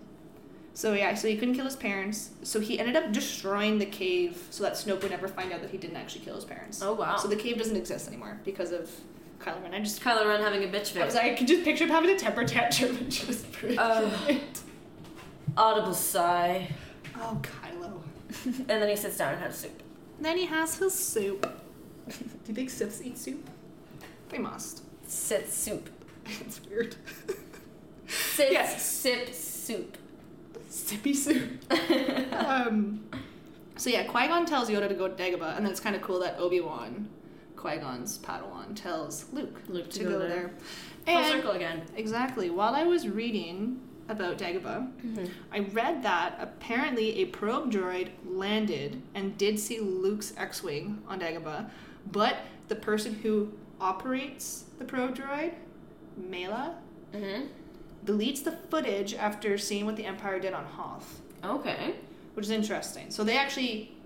so yeah, so he couldn't kill his parents. So he ended up destroying the cave so that Snoke would never find out that he didn't actually kill his parents. Oh wow. So the cave doesn't exist anymore because of Kylo Ren. I just, Kylo Ren having a bitch I was fit. like, I could just picture him having a temper tantrum and just. Oh. Audible sigh. oh, Kylo. And then he sits down and has soup. Then he has his soup. Do you think Siths eat soup? They must. Sits soup. It's weird. Sits Yes. sip soup. Sippy soup. um, so yeah, Qui Gon tells Yoda to go to Dagobah, and then it's kind of cool that Obi Wan, Qui Gon's Padawan, tells Luke Luke to go there. Full And circle again. exactly, while I was reading about Dagobah, Mm-hmm. I read that apparently a probe droid landed and did see Luke's X-wing on Dagobah, but the person who operates the probe droid, Mela, Mm-hmm. deletes the footage after seeing what the Empire did on Hoth, Okay. which is interesting. So they actually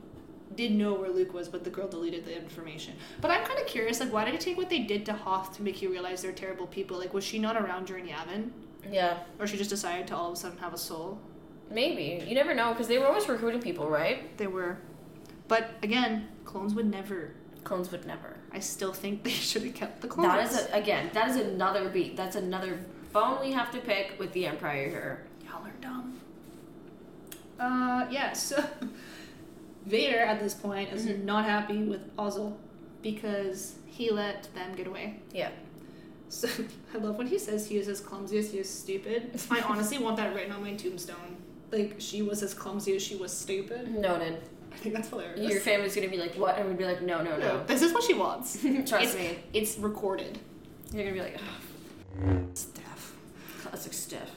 did know where Luke was, but the girl deleted the information. But I'm kind of curious, like, why did it take what they did to Hoth to make you realize they're terrible people? Like, was she not around during Yavin, Yeah. or she just decided to all of a sudden have a soul? Maybe. You never know because they were always recruiting people, right? They were. But again, clones would never. Clones would never. I still think they should have kept the clones. That is a, again. That is another beat. That's another bone we have to pick with the Empire here. Y'all are dumb. Uh, yeah, so Vader at this point is Mhm. not happy with Ozzel because he let them get away. Yeah. So I love when he says he is as clumsy as he is stupid. I honestly want that written on my tombstone. Like, she was as clumsy as she was stupid. Noted. I think that's hilarious. Your family's gonna be like, what? And we'd be like, no, no, no, no. this is what she wants. Trust It's- me. It's recorded. You're gonna be like, "Ugh, Steph. classic stiff.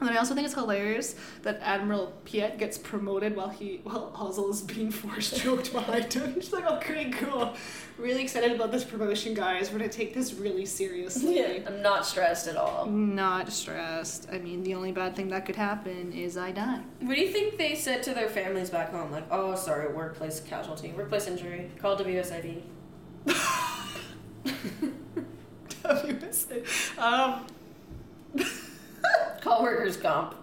And then I also think it's hilarious that Admiral Piet gets promoted while he while Ozzel is being force choked behind him. She's like, "Oh, great, cool! Really excited about this promotion, guys. We're gonna take this really seriously." I'm not stressed at all. Not stressed. I mean, the only bad thing that could happen is I die. What do you think they said to their families back home? Like, oh, sorry, workplace casualty, workplace injury. Call WSID. um, Call workers comp.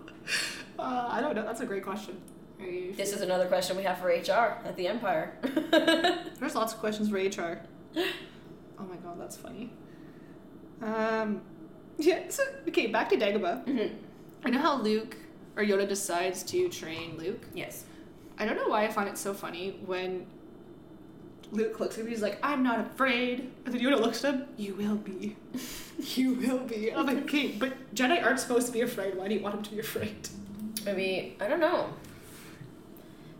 uh, I don't know. That's a great question. Are you- This is another question we have for HR at the Empire. There's lots of questions for HR. Oh my god, that's funny. Um, yeah. So okay, back to Dagobah. Mm-hmm. I know how Luke or Yoda decides to train Luke. Yes. I don't know why I find it so funny when Luke looks at him. He's like, "I'm not afraid," and then Yoda looks at him. You will be. you will be. I'm like, okay, but Jedi aren't supposed to be afraid. Why do you want them to be afraid? Maybe, I don't know.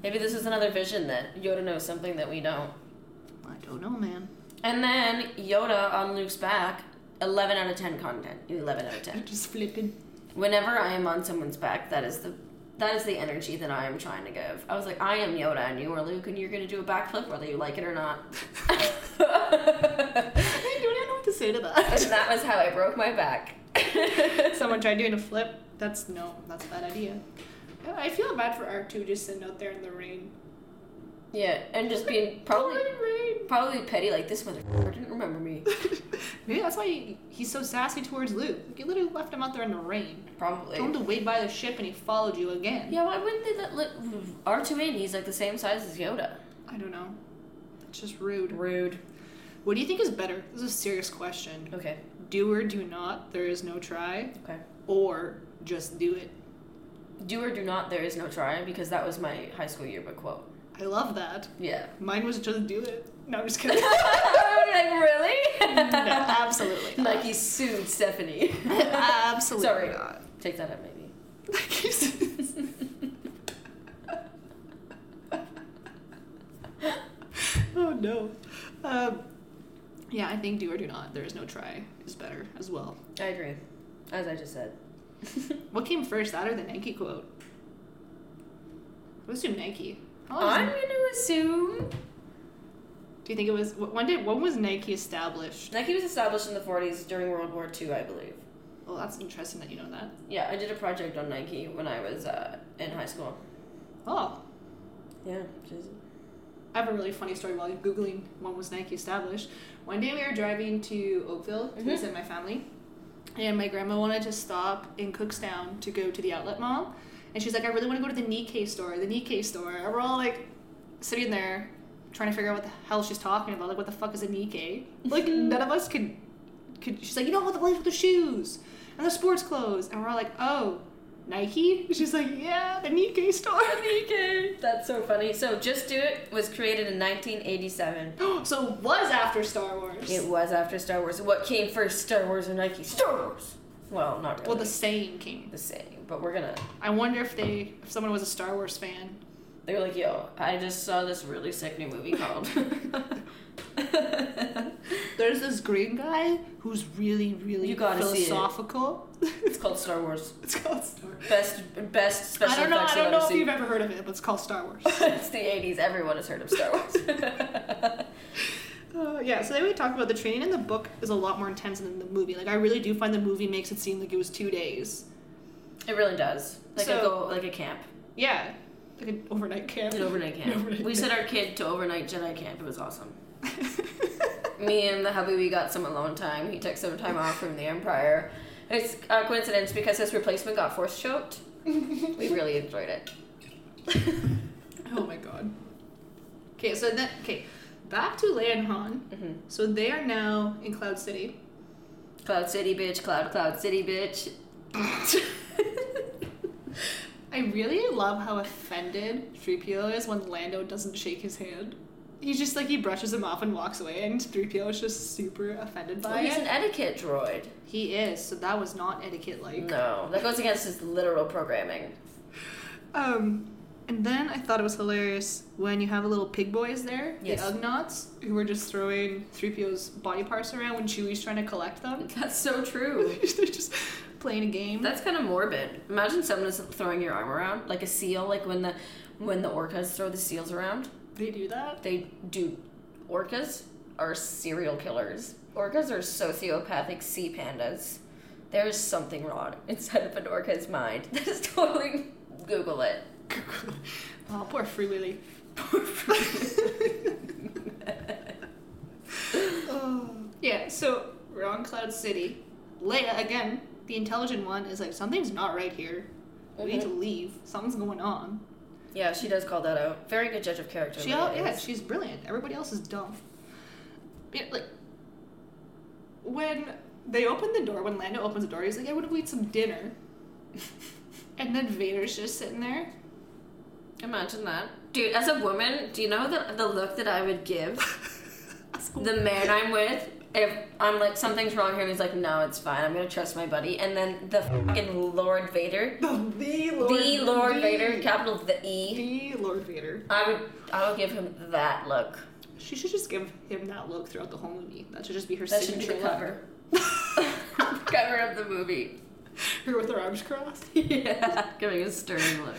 Maybe this is another vision that Yoda knows something that we don't. I don't know, man. And then Yoda on Luke's back, 11 out of 10 content. 11 out of 10. I'm just flipping. whenever I am on someone's back, that is the that is the energy that I am trying to give. I was like, I am Yoda and you are Luke, and you're gonna do a backflip whether you like it or not. I and don't even know what to say to that. that was how I broke my back. Someone tried doing a flip. That's no. That's a bad idea. I feel bad for R two just sitting out there in the rain. yeah, and just being probably Pouring rain. probably petty like this motherfucker didn't remember me. Maybe that's why he, he's so sassy towards Luke. Like, you literally left him out there in the rain. Probably. Told him to wait by the ship and he followed you again. Yeah, why wouldn't they let, let R two in? He's like the same size as Yoda. I don't know. That's just rude. Rude. What do you think is better? This is a serious question. Okay. Do or do not, there is no try, Okay. or just do it. Do or do not. There is no try because that was my high school yearbook quote. I love that. Yeah. Mine was just do it. No, I'm just kidding. like really? no, absolutely. Not. Like he sued Stephanie. absolutely Sorry. not. Take that up, maybe. Like he's- oh no. Um, yeah, I think do or do not. There is no try is better as well. I agree, as I just said. What came first, that or the Nike quote? I would assume Nike. How long I'm is- gonna assume Do you think it was wh- when did when was Nike established? Nike was established in the 40s during World War II, I believe. Well, that's interesting that you know that. Yeah, I did a project on Nike when I was uh, in high school. Oh, Yeah, Jesus. I have a really funny story while you're googling when was Nike established. One day we were driving to Oakville to Mhm. visit my family, and my grandma wanted to stop in Cookstown to go to the outlet mall, and she's like, "I really want to go to the Nikkei store, the Nikkei store." And we're all like sitting there trying to figure out what the hell she's talking about. Like, what the fuck is a Nikkei? Like, none of us could. Could she's like, you know what the place with the shoes and the sports clothes, and we're all like, oh, Nike. She's like, yeah, the Nikkei store. That's so funny. So, Just Do It was created in 1987. so it was after Star Wars. It was after Star Wars. What came first, Star Wars or Nike? Star Wars. Well, not really. Well, the saying came. the same, but we're gonna. I wonder if they, if someone was a Star Wars fan. They were like, "Yo, I just saw this really sick new movie called." There's this green guy who's really, really You gotta see it. philosophical. it's called Star Wars. It's called Star. Wars. Best, best special I don't know. effects I don't I've know ever if seen. you've ever heard of it, but it's called Star Wars. it's the '80s. Everyone has heard of Star Wars. Uh, yeah. So they would talk about the training in the book is a lot more intense than in the movie. Like I really do find the movie makes it seem like it was two days. it really does. Like So- a go, like a camp, Yeah, like an overnight camp. an overnight camp. Overnight we camp. sent our kid to overnight Jedi camp. It was awesome. Me and the hubby, we got some alone time. He took some time off from the Empire. It's a coincidence because his replacement got force choked. we really enjoyed it. oh my god. Okay, so then okay, back to Leia and Han. hmm So they are now in Cloud City. Cloud City, bitch. Cloud, Cloud City, bitch. I really love how offended 3PO is when Lando doesn't shake his hand. He's just like, he brushes him off and walks away, and 3PO is just super offended by Well, Oh, he's it. an etiquette droid. he is, so that was not etiquette like. No, that goes against his literal programming. Um, and then I thought it was hilarious when you have the little pig boys there, Yes. the Ugnaughts, who were just throwing 3PO's body parts around when Chewie's trying to collect them. That's so They're true. just playing a game. That's kind of morbid. Imagine someone is throwing your arm around like a seal, like when the when the orcas throw the seals around. they do that? They do. Orcas are serial killers. Orcas are sociopathic sea pandas. There is something wrong inside of an orca's mind. That is totally. Google it. Oh, poor Free Willy. oh. Yeah, so we're on Cloud City. Leia, again, the intelligent one, is like, something's not right here. We need to leave. Something's going on. Mm-hmm. Yeah, she does call that out. Very good judge of character. She, all, Leia yeah, is. she's brilliant. Everybody else is dumb. Yeah, like, when they open the door, when Lando opens the door, he's like, I would have eaten some dinner. and then Vader's just sitting there. Imagine that. Dude, as a woman, do you know the, the look that I would give the man I'm with if I'm like, something's wrong here? And he's like, no, it's fine. I'm going to trust my buddy. And then the fucking Lord Vader, The, the Lord, the Lord Vader, the- capital the E, The Lord Vader. I would, I would give him that look. She should just give him that look throughout the whole movie. That should just be her That should be signature the cover. cover of the movie. her with her arms crossed. Yeah. Giving a stern look.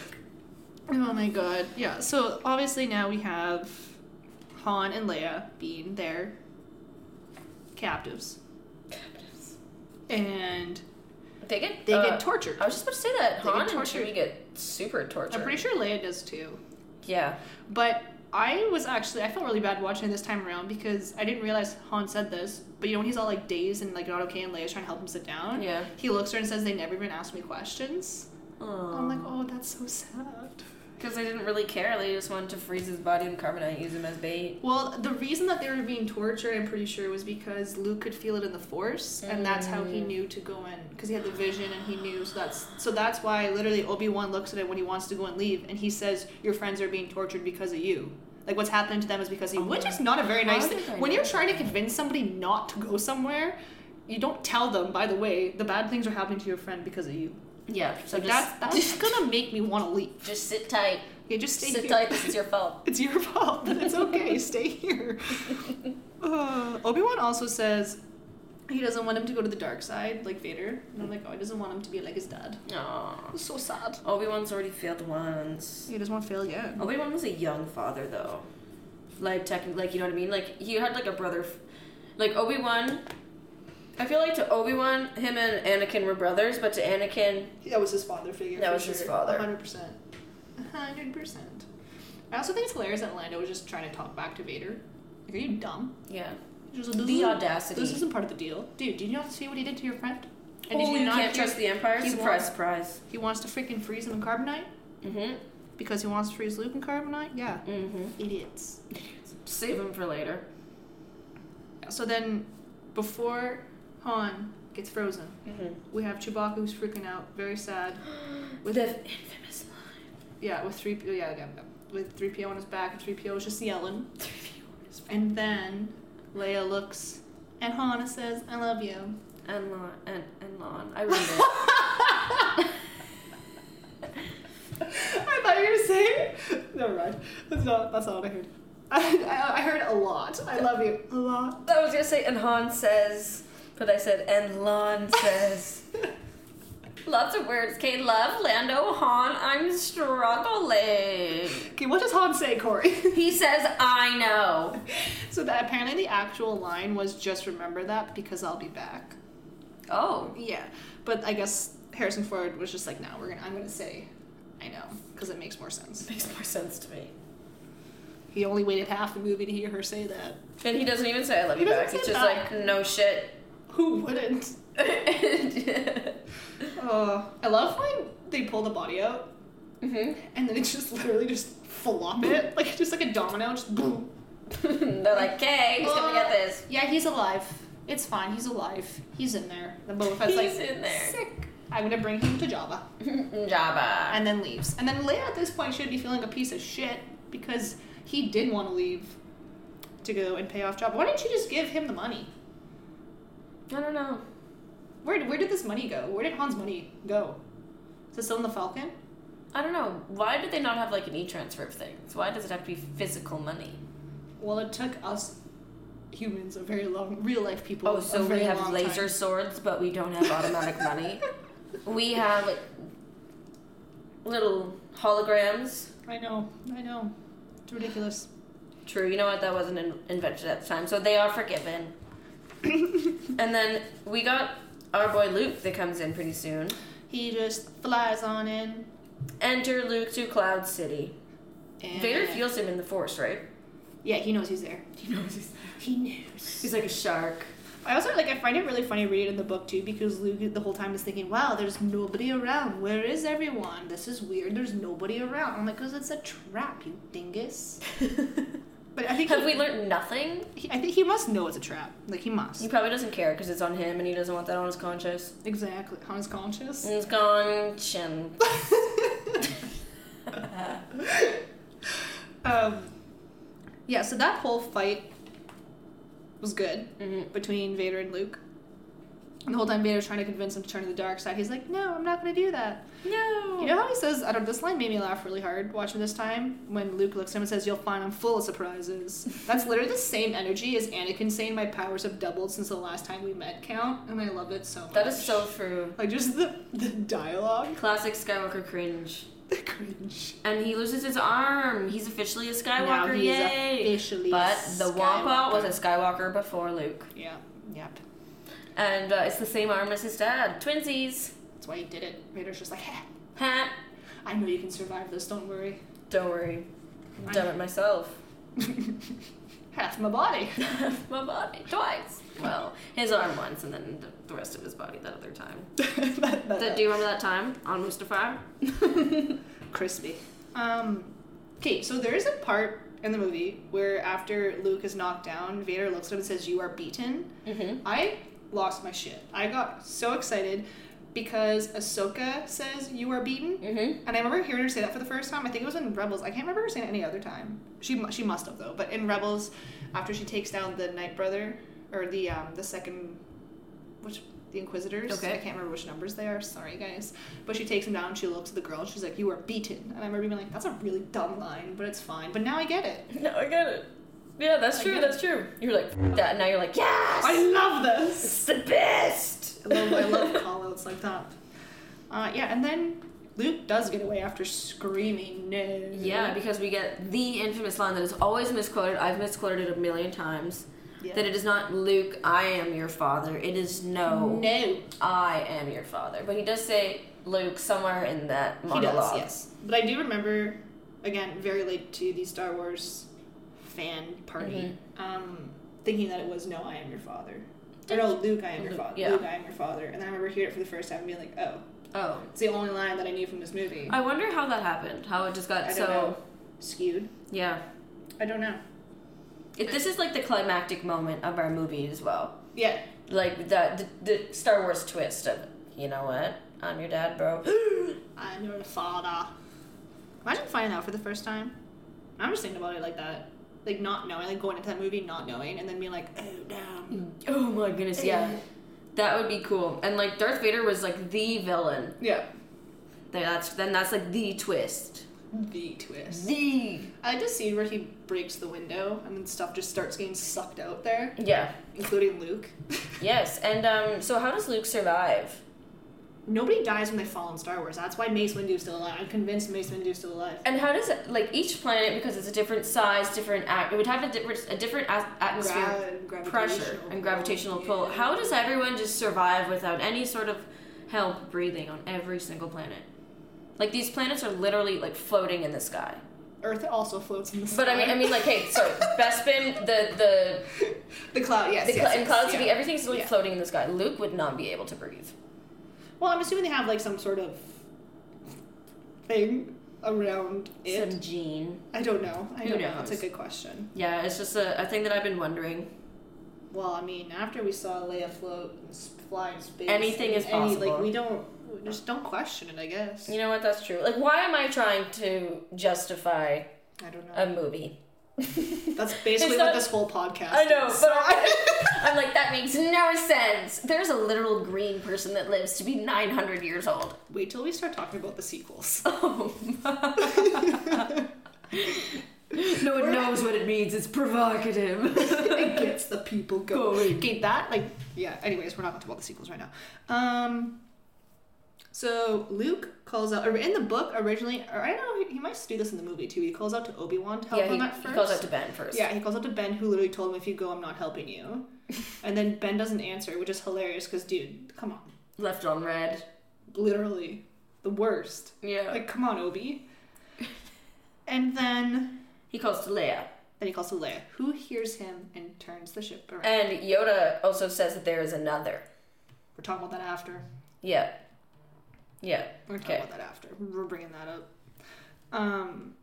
Oh my god. Yeah. So obviously now we have Han and Leia being their captives, and They get, they uh, get tortured. I was just about to say that. They get Han and tortured. Chewie get super tortured. I'm pretty sure Leia does too. Yeah. But I was actually I felt really bad watching it this time around because I didn't realize Han said this. But you know when he's all like dazed and like not okay, and Leia's trying to help him sit down. Yeah. He looks at her and says, "They never even asked me questions." I'm like, oh, that's so sad. Because they didn't really care. They just wanted to freeze his body and carbonite, use him as bait. Well, the reason that they were being tortured, I'm pretty sure, was because Luke could feel it in the Force, and that's how he Mm. knew to go in because he had the vision and he knew. So that's so that's why literally Obi Wan looks at it when he wants to go and leave, and he says, "Your friends are being tortured because of you." Like what's happening to them is because of you, which is not a very How nice did thing. I When know you're trying to convince somebody not to go somewhere, you don't tell them. By the way, the bad things are happening to your friend because of you. Yeah. So Like just, that's that's just, gonna make me want to leave. just sit tight. Okay, just stay Sit here. tight. This is your fault. It's your fault, but it's okay. Stay here. Uh, Obi Wan also says he doesn't want him to go to the dark side like Vader, and I'm like, oh, he doesn't want him to be like his dad. Aww. It's so sad. Obi Wan's already failed once. Oh. He doesn't want to fail again. Obi Wan was a young father, though. like technically, like you know what I mean. Like he had like a brother, f- like Obi Wan. I feel like to Obi Wan, him and Anakin were brothers, but to Anakin, That was his father figure. That for was his sure. father. 100%. 100%. I also think it's hilarious that Lando was just trying to talk back to Vader. Like, are you dumb? yeah, He was like, this the isn't- audacity. This isn't part of the deal. Dude, did you not see what he did to your friend? And oh, did you not can't hear- trust the Empire. he Surprise, won. surprise. He wants to freaking freeze him in carbonite Mhm. because he wants to freeze Luke in carbonite? Yeah. Mhm. Idiots. Save him for later. So then, before Han gets frozen, Mhm. we have Chewbacca who's freaking out, very sad. With the infamous line. Yeah, with three. oh, Yeah, yeah, yeah. with three PO on his back, and three PO was just yelling. And then Leia looks, and Hana says, "I love you." And Lon, and and Lon. I ruined it. I thought you were saying. Never mind. That's not. That's not what I heard. I, I, I heard a lot. I love you a lot. I was gonna say, and Han says, but I said, and Lon says. Lots of words, Kate. Love, Lando, Han. I'm struggling. Okay, what does Han say, Corey? He says, I know. so that apparently the actual line was just remember that because I'll be back. Oh. Yeah, but I guess Harrison Ford was just like, "No, we're gonna. I'm gonna say, I know, because it makes more sense." Makes more sense to me. He only waited half the movie to hear her say that. And he doesn't even say I love He you doesn't back. say He's just back. like, no shit. Who wouldn't? Oh, I love when they pull the body out mm-hmm. and then it's just literally just flop it like just like a domino, just boom. Mm-hmm. They're like, okay, he's gonna get this. Yeah, he's alive. It's fine. He's alive. He's in there. The Boba Fett's He's like in there. sick. I'm gonna bring him to Java, Jabba. and then leaves. And then Leia at this point should be feeling a piece of shit because he did want to leave to go and pay off Java. Why didn't you just give him the money? I don't know. Where where did this money go? Where did Han's money go? Is it still in the Falcon? I don't know. Why did they not have like an e-transfer of things? Why does it have to be physical money? Well, it took us humans a very long, real life people. Oh, a so we very have long laser time. swords, but we don't have automatic money. We have little holograms. I know, I know. It's ridiculous. True. You know what? That wasn't in- invented at the time, so they are forgiven. and then we got our boy Luke that comes in pretty soon. He just flies on in. Enter Luke to Cloud City. And Vader feels him in the Force, right? Yeah, he knows he's there. He knows he's He knows. He's like a shark. I also like. I find it really funny reading in the book too, because Luke the whole time is thinking, "Wow, there's nobody around. Where is everyone? This is weird. There's nobody around." I'm like, "Cause it's a trap, you dingus." But I think have he, we learned nothing? he, I think he must know it's a trap. Like he must. He probably doesn't care because it's on him and he doesn't want that on his conscience. Exactly. On his conscious. His conscience. Um, yeah, so that whole fight was good Mhm. between Vader and Luke. And the whole time Vader's trying to convince him to turn to the dark side, he's like, "No, I'm not going to do that." No. You know how he says, "I don't." This line made me laugh really hard watching this time when Luke looks at him and says, "You'll find I'm full of surprises." That's literally the same energy as Anakin saying, "My powers have doubled since the last time we met." Count, and I love it so much. that is so true. like just the the dialogue. Classic Skywalker cringe. The cringe. And he loses his arm. He's officially a Skywalker. now he's Yay. officially. a But the Wampa was Skywalker. a Skywalker before Luke. Yeah. Yep. And uh, it's the same arm as his dad. Twinsies. That's why he did it. Vader's just like, "Heh, Ha. I know you can survive this. Don't worry. Don't worry. I've done it myself. Half my body. My body. Twice. Well, his arm once and then the- the rest of his body that other time. That- that- Do do you remember that time on Mustafar? crispy. Um, okay, so there is a part in the movie where after Luke is knocked down, Vader looks at him and says, "You are beaten." Mm-hmm. I lost my shit. I got so excited because Ahsoka says, "You are beaten." Mm-hmm. And I remember hearing her say that for the first time. I think it was in Rebels. I can't remember her saying it any other time. She mu- she must have though. But in Rebels, after she takes down the Knight Brother or the um the second, which the Inquisitors. Okay. I can't remember which numbers they are. Sorry guys. But she takes him down. She looks at the girl. and She's like, "You are beaten." And I remember being like, "That's a really dumb line, but it's fine." But now I get it. No, I get it. Yeah, that's I true. get it. That's true. You're like "F- that. Now you're like yes. I love this. it's the best. I love I love call outs like that. Uh, yeah, and then Luke does get away after screaming no. Yeah, because we get the infamous line that is always misquoted. I've misquoted it a million times. Yeah. That it is not Luke, I am your father. It is no, No. I am your father. But he does say Luke somewhere in that He monologue. does, yes. But I do remember, again, very late to the Star Wars fan party, um, thinking that it was No, I am your father. Or no, Luke, I am your Luke, father. yeah. Luke, I am your father. And then I remember hearing it for the first time and being like, oh, Oh, it's the only line that I knew from this movie. I wonder how that happened. How it just got I don't so know. Skewed. yeah. I don't know. It, this is like the climactic moment of our movie as well. Yeah. Like that the, the Star Wars twist of you know what I'm your dad, bro. I'm your father. Imagine finding out for the first time. I'm just thinking about it like that. Like not knowing, like going into that movie not knowing, and then being like, oh damn. oh my goodness, yeah. That would be cool. And like Darth Vader was like the villain. Yeah. Then That's then that's like the twist. The twist. The I like to see where he breaks the window and then stuff just starts getting sucked out there, yeah including Luke. yes. And um, so how does Luke survive? Nobody dies when they fall in Star Wars. That's why Mace Windu's still alive. I'm convinced Mace Windu's still alive. And how does it like each planet because it's a different size, different act. It would have a different a different at- atmosphere. Gra- pressure and gravitational pull. yeah. How does everyone just survive without any sort of help breathing on every single planet? Like these planets are literally like floating in the sky. Earth also floats in the sky. But I mean, I mean, like, hey, sorry, Bespin, the the, the cloud. Yes, the yes, cl- in yes, Cloud yeah. City, everything's like Yeah. floating in the sky. Luke would not be able to breathe. Well, I'm assuming they have like some sort of thing around it. Some gene. I don't know. I Who don't know. That's a knows? good question. Yeah, it's just a, a thing that I've been wondering. Well, I mean, after we saw Leia float and s- fly in space, Anything is Like possible. we don't we just don't question it. I guess. You know what? That's true. Like, why am I trying to justify I don't know. a movie? That's basically uh, It's what not- this whole podcast. I know, is. but I, I'm like, that makes no sense. There's a literal green person that lives to be 900 years old. Wait till we start talking about the sequels. Oh, no one knows what it means. It's provocative. it gets the people going. Okay, that like yeah. Anyways, we're not talking about the sequels right now. Um. So Luke calls out, or in the book originally, or I don't know, he, he might do this in the movie too. He calls out to Obi Wan to help yeah, he, him at first. he calls out to Ben first. yeah, he calls out to Ben, who literally told him, "If you go, I'm not helping you." and then Ben doesn't answer, which is hilarious because, dude, come on, Left on red. literally the worst. Yeah. Like, come on, Obi. and then, he calls to Leia. then he calls to Leia, who hears him and turns the ship around. And Yoda also says that there is another. We're talking about that after. Yeah. Yeah. We're talking Okay. about that after. We're bringing that up. Um.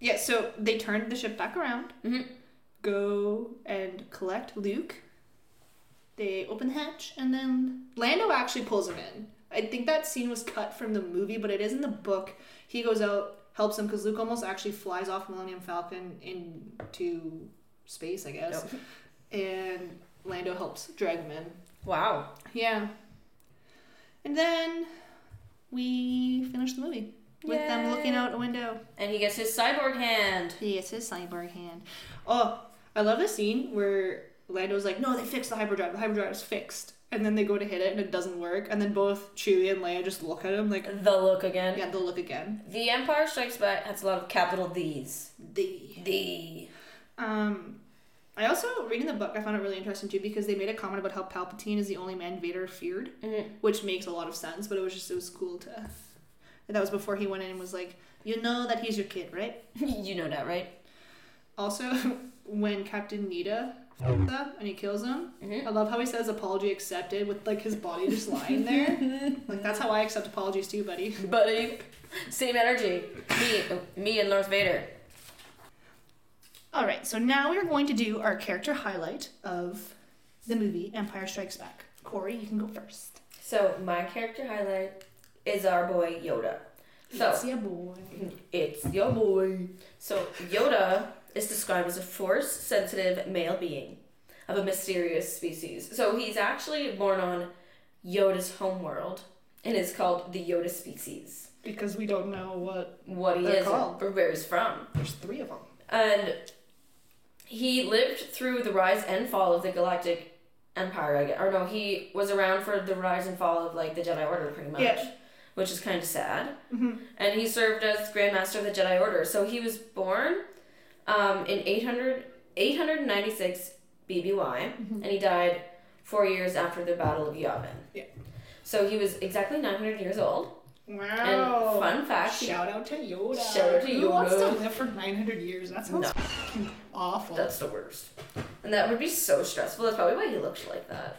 Yeah, so they turned the ship back around, Mhm. go and collect Luke. They open the hatch, and then Lando actually pulls him in. I think that scene was cut from the movie, but it is in the book. He goes out, helps him, because Luke almost actually flies off Millennium Falcon into space, I guess. And Lando helps drag him in. Wow. Yeah. And then we finish the movie with them Yay. looking out a window. And he gets his cyborg hand. He gets his cyborg hand. Oh, I love the scene where Lando's like, no, they fixed the hyperdrive. The hyperdrive is fixed. And then they go to hit it and it doesn't work. And then both Chewie and Leia just look at him like, The look again. yeah, they'll look again. The Empire Strikes Back has a lot of capital D's. The. The. Um, I also, reading the book, I found it really interesting too because they made a comment about how Palpatine is the only man Vader feared. which makes a lot of sense. But it was just it was cool to. and That was before he went in and was like, "You know that he's your kid, right?" you know that, right? Also, when Captain Nita fucks up and he kills him, Mhm. I love how he says apology accepted with like his body just lying there. like that's how I accept apologies too, buddy. Buddy. Same energy. Me, me and Darth Vader. All right, so now we are going to do our character highlight of the movie Empire Strikes Back. Corey, you can go first. So my character highlight is our boy Yoda. So yeah, boy. it's your boy. So Yoda is described as a force-sensitive male being of a mysterious species. So he's actually born on Yoda's homeworld and is called the Yoda species. Because we don't know what. What he They're is called. or where he's from. There's three of them. And he lived through the rise and fall of the galactic Empire, I guess. Or no, he was around for the rise and fall of like the Jedi Order, pretty much. Yeah. Which is kind of sad. hmm And he served as Grand Master of the Jedi Order. So he was born um, in 800, 896 BBY, Mm-hmm, and he died four years after the Battle of Yavin. Yeah. So he was exactly 900 years old. mm-hmm. Wow. And fun fact, he Shout out to Yoda. Shout out to Who wants to Yoda. live for 900 years? That sounds No, fucking awful. that's the worst. And that would be so stressful. That's probably why he looked like that.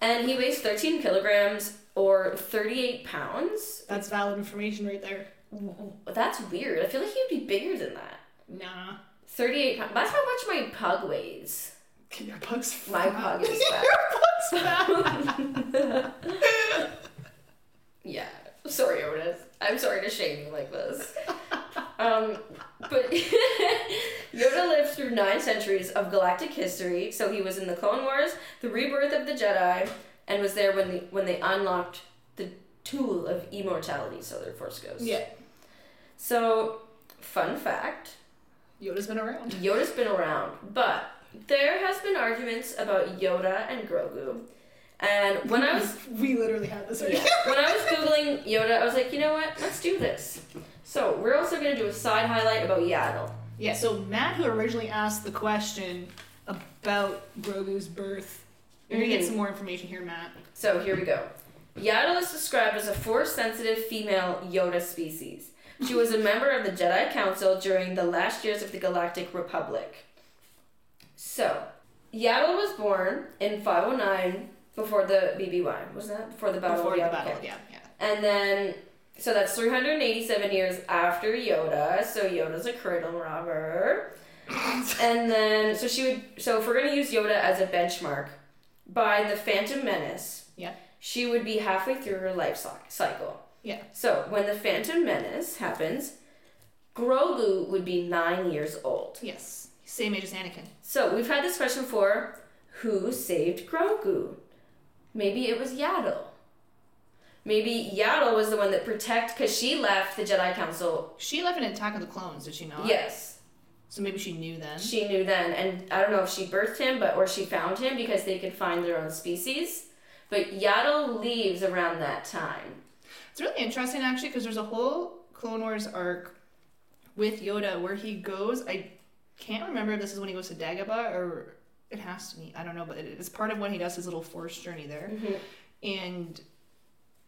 and he weighs 13 kilograms or 38 pounds. That's valid information right there. W- That's weird. I feel like he'd be bigger than that. Nah. 38 pounds. That's how much my pug weighs. Your pug's fat. My pug is fat. Your pug's fat. yeah. Sorry, Otis. I'm sorry to shame you like this. Um, but Yoda lived through nine centuries of galactic history, so he was in the Clone Wars, the rebirth of the Jedi, and was there when the when they unlocked the tool of immortality, so their Force Ghosts. yeah. So, fun fact: Yoda's been around. Yoda's been around, but there has been arguments about Yoda and Grogu. And when I was We literally had this. yeah. when I was googling Yoda, I was like, you know what? Let's do this. So we're also gonna do a side highlight about Yaddle. Yeah, so Matt, who originally asked the question about Grogu's birth, you're gonna get Mhm. some more information here, Matt. So here we go. Yaddle is described as a force-sensitive female Yoda species. She was a member of the Jedi Council during the last years of the Galactic Republic. So, Yaddle was born in 509 before the BBY. Was that before the Battle Before of the Yavin? battle, Okay. yeah, yeah. And then, so that's 387 years after Yoda. So Yoda's a cradle robber. and then, so she would, so if we're going to use Yoda as a benchmark, by the Phantom Menace, Yeah. she would be halfway through her life so- cycle. Yeah. So when the Phantom Menace happens, Grogu would be nine years old. Yes. Same age as Anakin. So we've had this question for who saved Grogu? Maybe it was Yaddle. Maybe Yaddle was the one that protect because she left the Jedi Council. She left an attack of the clones, did she not? Yes, So maybe she knew then. she knew then, and I don't know if she birthed him, but or she found him because they could find their own species. But Yaddle leaves around that time. It's really interesting actually, because there's a whole Clone Wars arc with Yoda where he goes. I can't remember if this is when he goes to Dagobah or it has to be. I don't know, but it- it's part of when he does his little Force journey there, and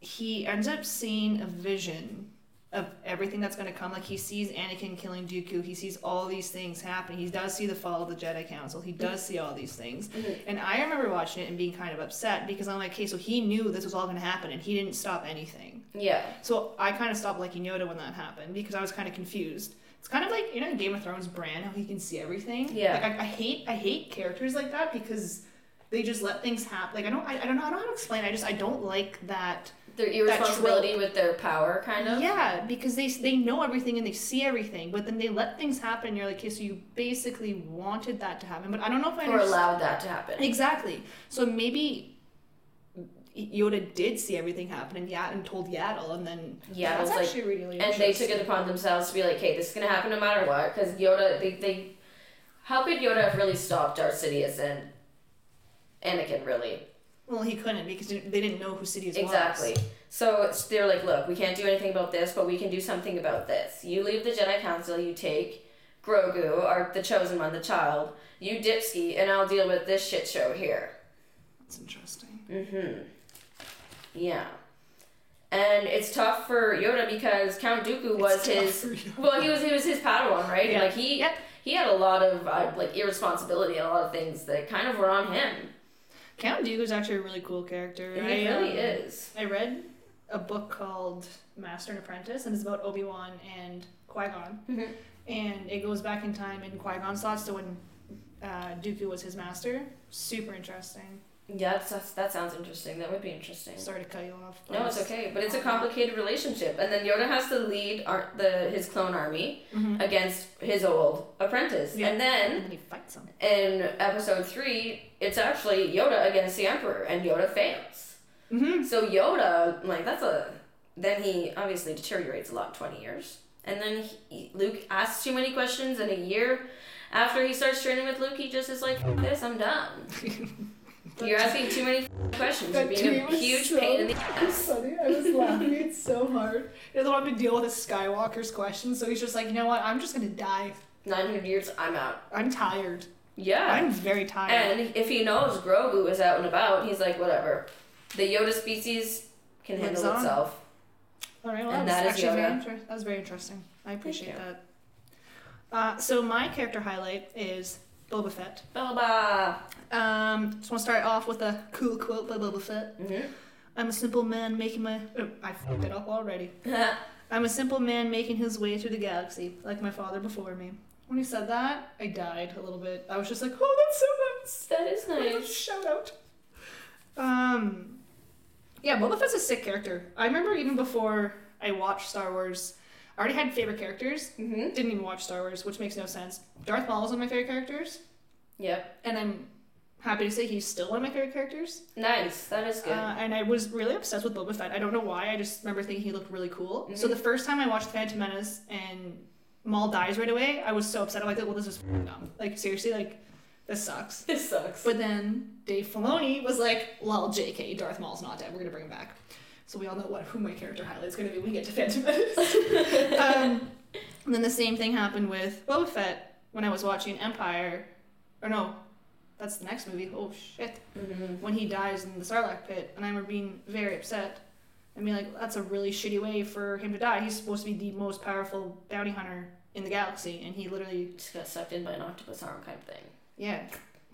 he ends up seeing a vision of everything that's going to come. Like he sees Anakin killing Dooku. He sees all these things happening. He does see the fall of the Jedi Council. He does see all these things. And I remember watching it and being kind of upset because I'm like, okay, so he knew this was all going to happen and he didn't stop anything. Yeah, So I kind of stopped liking Yoda when that happened because I was kind of confused. It's kind of like you know Game of Thrones Bran, how he can see everything. Yeah. Like I, I hate I hate characters like that because they just let things happen. Like I don't I, I don't know I don't know how to explain. I just I don't like that. their irresponsibility with their power, kind of. Yeah, because they they know everything and they see everything, but then they let things happen. And you're like, okay, so you basically wanted that to happen, but I don't know if I or understand- allowed that to happen. Exactly. So maybe Yoda did see everything happen and yeah, and told Yaddle, and then Yaddle's that's like- actually really and they took interesting. it upon themselves to be like, "Hey, this is gonna happen no matter what." Because Yoda, they, they, how could Yoda have really stopped Darth Sidious and Anakin? Really, Well, he couldn't because they didn't know who Sidious was. exactly. So it's, they're like, "Look, we can't do anything about this, but we can do something about this. You leave the Jedi Council, you take Grogu, or the Chosen One, the child, you Dipsky, and I'll deal with this shit show here." That's interesting. Mm-hmm. Yeah. And it's tough for Yoda because Count Dooku was tough his for Yoda. well, he was he was his Padawan, right? Yeah. Like he Yep. he had a lot of uh, like irresponsibility and a lot of things that kind of were on him. Count Dooku's actually a really cool character. And I, He really um, is. I read a book called Master and Apprentice, and it's about Obi Wan and Qui Gon, Mhm. and it goes back in time in Qui Gon's thoughts to when uh, Dooku was his master. Super interesting. Yeah, that's, that's, that sounds interesting. That would be interesting. Sorry to cut you off. No, it's but- okay, but it's a complicated relationship. And then Yoda has to lead ar- the his clone army Mhm. against his old apprentice, Yeah. and then And then he fights him. in episode three, it's actually Yoda against the Emperor, and Yoda fails. Mm-hmm. So Yoda, like that's a then he obviously deteriorates a lot in twenty years. And then he, Luke asks too many questions, and a year after he starts training with Luke, he just is like, "F this, I'm done. You're asking too many questions. You're That being tweet a was huge so pain in the ass. funny. I was laughing. It's so hard. He doesn't want to deal with his Skywalker's questions, so he's just like, you know what? I'm just gonna die. 900 years, I'm out. I'm tired. Yeah. I'm very tired. And if he knows Grogu is out and about, he's like, whatever. The Yoda species can Lives handle on. itself. All right, well, And that that was is actually very Yoda. inter- that was very interesting. I appreciate you. that. Uh, so my character highlight is Boba Fett. Boba. Um, just want to start off with a cool quote by Boba Fett. Mm-hmm. I'm a simple man making my. Oh, I fucked it up already. I'm a simple man making his way through the galaxy, like my father before me. When he said that, I died a little bit. I was just like, oh, that's so nice. that is Little nice. Shout out. Um, yeah, Boba Fett's a sick character. I remember even before I watched Star Wars, I already had favorite characters. Mm-hmm. Didn't even watch Star Wars, which makes no sense. Darth Maul is one of my favorite characters, Yep. and I'm happy to say he's still one of my favorite characters. Nice. That is good. Uh, and I was really obsessed with Boba Fett. I don't know why. I just remember thinking he looked really cool. So the first time I watched Phantom Menace and Maul dies right away, I was so upset. I'm like, well, this is f***ing dumb. Like seriously, like this sucks. this sucks. But then Dave Filoni was like, "Well, J.K. Darth Maul's not dead. We're gonna bring him back." So we all know what who my character highlight's gonna be when we get to Phantom Menace. um, and then the same thing happened with Boba Fett when I was watching Empire, or no, that's the next movie. Oh shit! mm-hmm. When he dies in the Sarlacc pit, and I remember being very upset. I mean, like that's a really shitty way for him to die. He's supposed to be the most powerful bounty hunter in the galaxy, and he literally, Just got sucked in by an octopus arm kind of thing. yeah,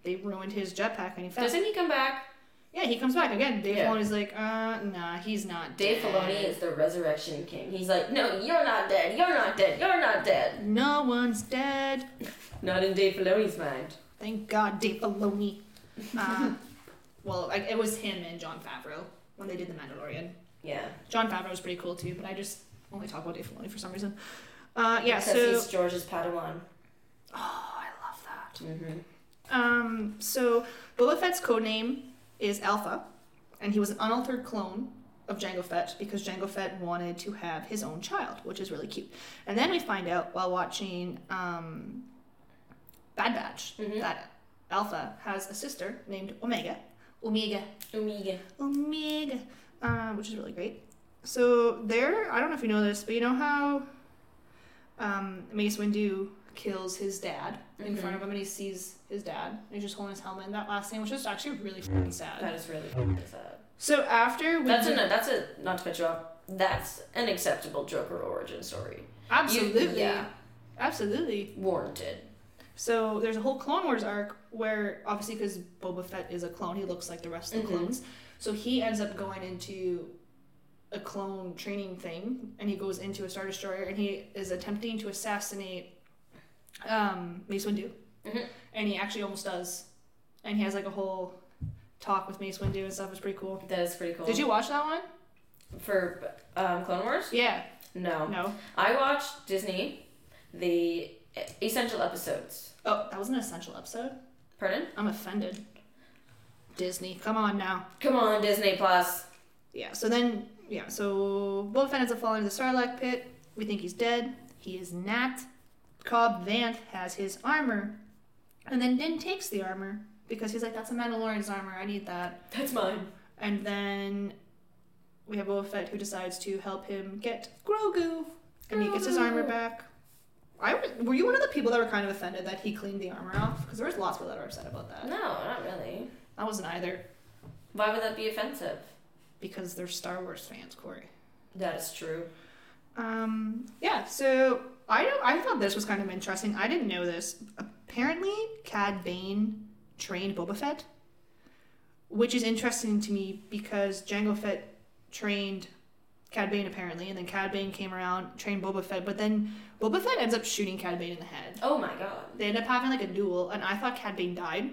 they ruined his jetpack and he fell. Doesn't he come back? Yeah, he comes back again. Dave Yeah. Filoni's like, uh, nah, he's not. Dave dead. Filoni is the resurrection king. He's like, no, you're not dead. You're not dead. You're not dead. No one's dead. Not in Dave Filoni's mind. Thank God, Dave Filoni. Uh, well, like, it was him and John Favreau when they did The Mandalorian. Yeah. John Favreau was pretty cool too, but I just only talk about Dave Filoni for some reason. Uh, yeah, Because so he's George's Padawan. oh, I love that. Mm-hmm. Um, so Boba Fett's codename is Alpha, and he was an unaltered clone of Jango Fett because Jango Fett wanted to have his own child, which is really cute. And then we find out while watching um, Bad Batch Mhm. that Alpha has a sister named Omega. Omega. Omega. Omega, uh, which is really great. So there, I don't know if you know this, but you know how um, Mace Windu kills his dad in Mhm. front of him, and he sees his dad, and he's just holding his helmet in that last scene, which is actually really fucking sad. That is really fucking sad. So after we, That's a do- that's a not to cut you off. That's an acceptable Joker origin story. absolutely, yeah. absolutely. Warranted. So there's a whole Clone Wars arc where obviously because Boba Fett is a clone, he looks like the rest of the Mhm. clones. So he ends up going into a clone training thing, and he goes into a star destroyer, and he is attempting to assassinate um, Mace Windu, Mhm. and he actually almost does, and he has like a whole talk with Mace Windu and stuff. It's pretty cool. That is pretty cool. Did you watch that one? for um, Clone Wars? Yeah. No. No. I watched Disney the essential episodes. Oh, that was an essential episode. Pardon? I'm offended. Disney, come on now. Come on, Disney Plus. Yeah, so then, yeah, so Boba Fett ends up falling into the Sarlacc pit. We think he's dead. He is not. Cobb Vanth has his armor. And then Din takes the armor because he's like, that's a Mandalorian's armor. I need that. That's mine. And then we have Boba Fett who decides to help him get Grogu. And he gets his armor Grogu. back. I w- were you one of the people that were kind of offended that he cleaned the armor off? Because there was lots of people that were upset about that. No, not really. I wasn't either Why would that be offensive? because they're Star Wars fans, Corey. That is true. Um, yeah, so I don't, I thought this was kind of interesting. I didn't know this. Apparently, Cad Bane trained Boba Fett, which is interesting to me because Jango Fett trained Cad Bane apparently, and then Cad Bane came around, trained Boba Fett, but then Boba Fett ends up shooting Cad Bane in the head. Oh my god. They end up having like a duel, and I thought Cad Bane died,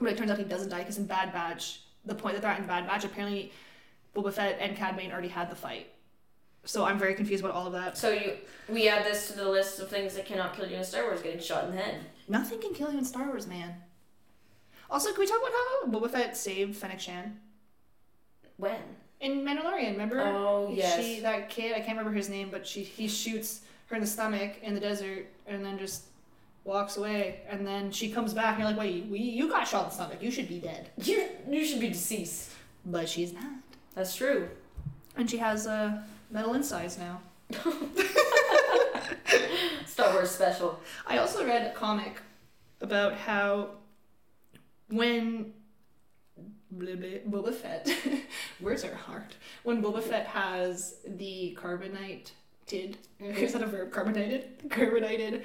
but it turns out he doesn't die because in Bad Batch, the point that they're at in Bad Batch, apparently Boba Fett and Cad Bane already had the fight. So I'm very confused about all of that. So you we add this to the list of things that cannot kill you in Star Wars getting shot in the head. Nothing can kill you in Star Wars, man. Also, can we talk about how Boba Fett saved Fennec Shan When? in Mandalorian? Remember? Oh, yes. She that kid I can't remember his name, but she he shoots her in the stomach in the desert, and then just walks away. And then she comes back, and you're like, wait, we, you got shot in the stomach. You should be dead. You you should be deceased. But she's not. That's true. And she has uh, metal insides now. Star Wars special. I also read a comic about how when blah, blah, Boba Fett, words are hard. When Boba Fett has the carbonite did is that a verb? Carbonated, carbonated.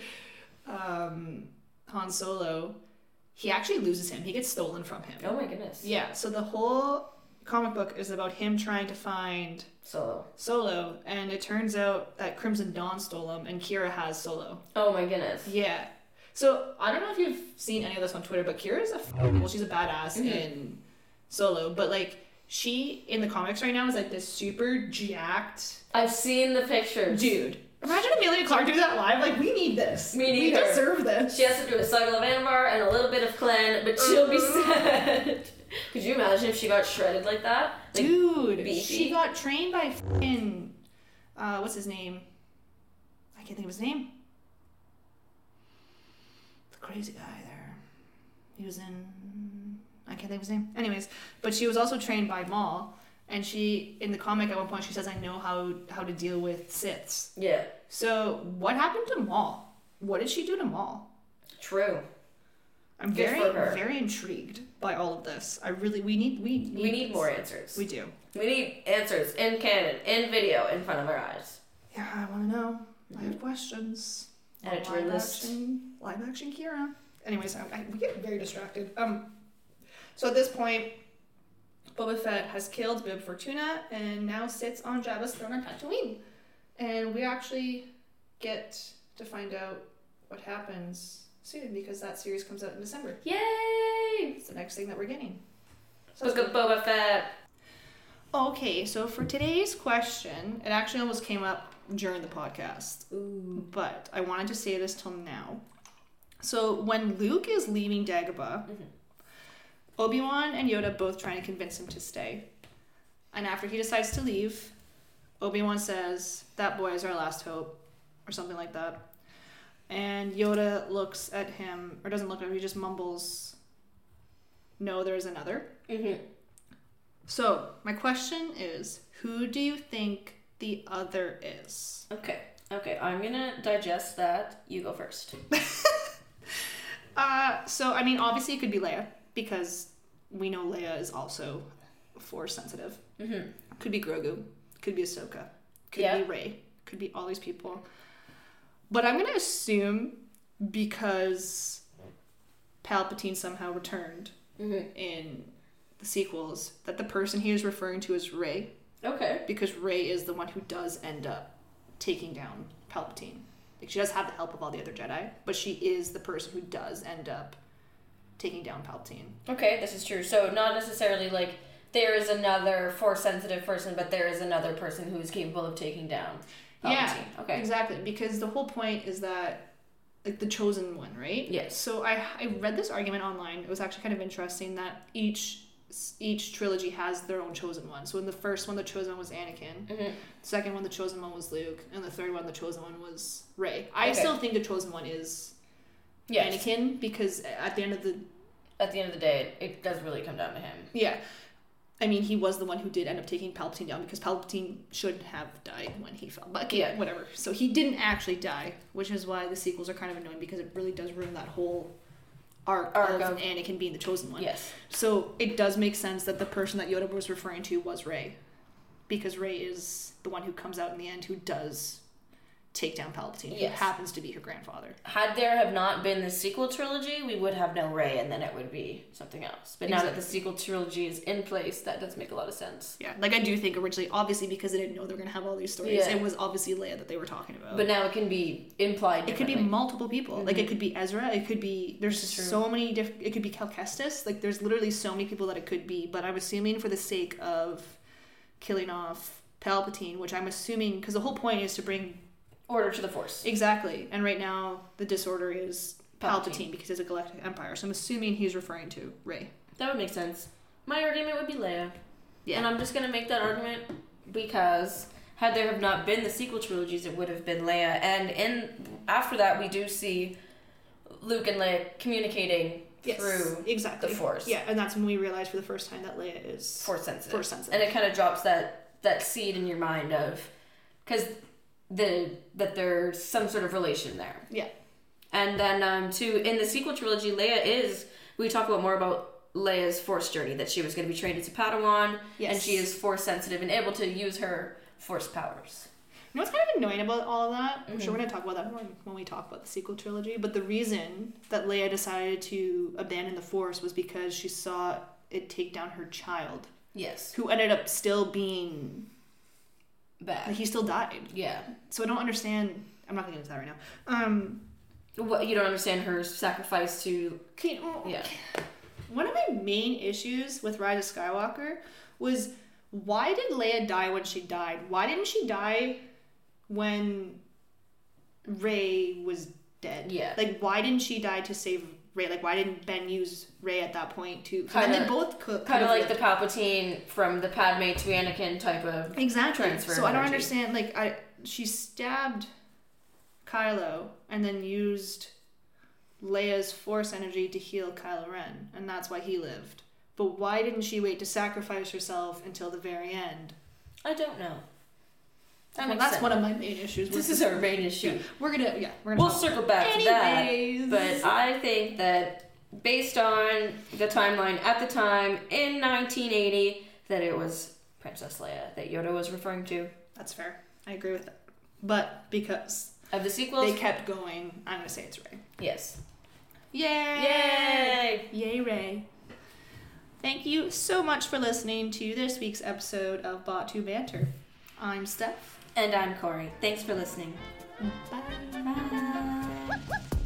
Um, Han Solo, he actually loses him. He gets stolen from him. Oh my goodness. Yeah. So the whole comic book is about him trying to find Solo. Solo, and it turns out that Crimson Dawn stole him, and Kira has Solo. Oh my goodness. Yeah. So I don't know if you've seen any of this on Twitter, but Kira's a f- well, she's a badass Mhm. in Solo, but like she in the comics right now is like this super jacked I've seen the pictures. dude. Imagine Amelia Clark do that live. Like we need this. we Me neither. deserve this. She has to do a cycle of Anbar and a little bit of Clan, but she'll be sad. Could you imagine if she got shredded like that? Like, Dude, beefy. she got trained by fucking uh, what's his name? I can't think of his name. The crazy guy there. He was in I can't think of his name. Anyways, but she was also trained by Maul, and she in the comic at one point she says, "I know how how to deal with Siths." yeah. So what happened to Maul? What did she do to Maul? True. I'm Good very for her. very intrigued by all of this. I really we need we need We need this. more answers. We do. We need answers in canon, in video, in front of our eyes. Yeah, I want to know. I have questions. Add it to Live your list. Action, live action Kira. Anyways, I, I, we get very distracted. Um, so at this point, Boba Fett has killed Bib Fortuna and now sits on Jabba's throne on Tatooine, and we actually get to find out what happens soon because that series comes out in December. Yay! It's the next thing that we're getting. So Book of Boba Fett. okay, so for today's question, it actually almost came up during the podcast. Ooh. but I wanted to say this till now. So when Luke is leaving Dagobah, Mhm. Obi Wan and Yoda both trying to convince him to stay, and after he decides to leave, Obi Wan says, "That boy is our last hope," or something like that. And Yoda looks at him, or doesn't look at him. He just mumbles, "No, there is another." Mm-hmm. So my question is, who do you think the other is? Okay. Okay, I'm gonna digest that. You go first. Uh, so I mean, obviously it could be Leia because we know Leia is also force sensitive. Mm-hmm. Could be Grogu. Could be Ahsoka. Could Yeah. be Rey. Could be all these people. But I'm gonna assume because Palpatine somehow returned Mm-hmm. in the sequels that the person he is referring to is Rey Okay. because Rey is the one who does end up taking down Palpatine. Like she does have the help of all the other Jedi, but she is the person who does end up taking down Palpatine. Okay, this is true. So not necessarily like there is another force sensitive person, but there is another person who is capable of taking down. Palpatine. Yeah. Okay. Exactly, because the whole point is that like the chosen one, right? Yes. So I I read this argument online. It was actually kind of interesting that each each trilogy has their own chosen one. So in the first one, the chosen one was Anakin. Mhm. Second one, the chosen one was Luke, and the third one, the chosen one was Rey. I Okay. still think the chosen one is Yes. Anakin because at the end of the At the end of the day, it, it does really come down to him. yeah, I mean he was the one who did end up taking Palpatine down because Palpatine should have died when he fell. But okay, Yeah. whatever. So he didn't actually die, which is why the sequels are kind of annoying because it really does ruin that whole arc, Arc of of- Anakin being the chosen one. Yes. So it does make sense that the person that Yoda was referring to was Rey, because Rey is the one who comes out in the end who does take down Palpatine, who Yes. happens to be her grandfather. Had there have not been the sequel trilogy, we would have no Ray, and then it would be something else. But now that the sequel trilogy is in place, that does make a lot of sense. Yeah, like I do think originally, obviously because they didn't know they were gonna have all these stories, Yeah. it was obviously Leia that they were talking about. But now it can be implied. Oh. it could be differently. multiple people. Like it could be Ezra. It could be there's This is true. so many different. It could be Cal Kestis. Like there's literally so many people that it could be. But I'm assuming for the sake of killing off Palpatine, which I'm assuming because the whole point is to bring order to the Force. exactly. And right now the disorder is Palpatine, Palpatine. because it's a galactic empire. So I'm assuming he's referring to Rey. That would make sense. My argument would be Leia. Yeah. And I'm just gonna make that argument because Had there have not been the sequel trilogies, it would have been Leia. And in after that, we do see Luke and Leia communicating Yes, through exactly. the Force. Yeah, and that's when we realize for the first time that Leia is force sensitive. force sensitive. and it kind of drops that that seed in your mind of because the that there's some sort of relation there. Yeah. And then um, too in the sequel trilogy, Leia is we talk about more about Leia's force journey that she was going to be trained as a Padawan Yes. and she is force sensitive and able to use her force powers. You know what's kind of annoying about all of that? I'm sure Mhm. we're going to talk about that more when we talk about the sequel trilogy. But the reason that Leia decided to abandon the Force was because she saw it take down her child, Yes. who ended up still being. Bad. Like, he still died. Yeah. So I don't understand. I'm not going to get into that right now. Um, What you don't understand her sacrifice to can, oh, yeah. One of my main issues with Rise of Skywalker was why did Leia die when she died? Why didn't she die when Rey was dead? Yeah. Like, why didn't she die to save Rey? Like, why didn't Ben use Rey at that point to? and then Kinda- they both could Kind of like the Palpatine from the Padme to Anakin type of exactly. transfer so I don't energy. understand. Like, I she stabbed Kylo and then used Leia's force energy to heal Kylo Ren, and that's why he lived. But why didn't she wait to sacrifice herself until the very end? I don't know. That well, makes that's sense. one of my main issues. This is our main issue. we're gonna yeah we're gonna We'll talk- circle back to that. Anyways. But I think that based on the timeline at the time in 1980, that it was Princess Leia that Yoda was referring to. that's fair. I agree with that. But because Of the sequels? they kept going, I'm gonna say it's Ray. yes. Yay! Yay! Yay, Ray. Thank you so much for listening to this week's episode of Bot 2 Banter. I'm Steph. And I'm Corey. Thanks for listening. Bye. Bye.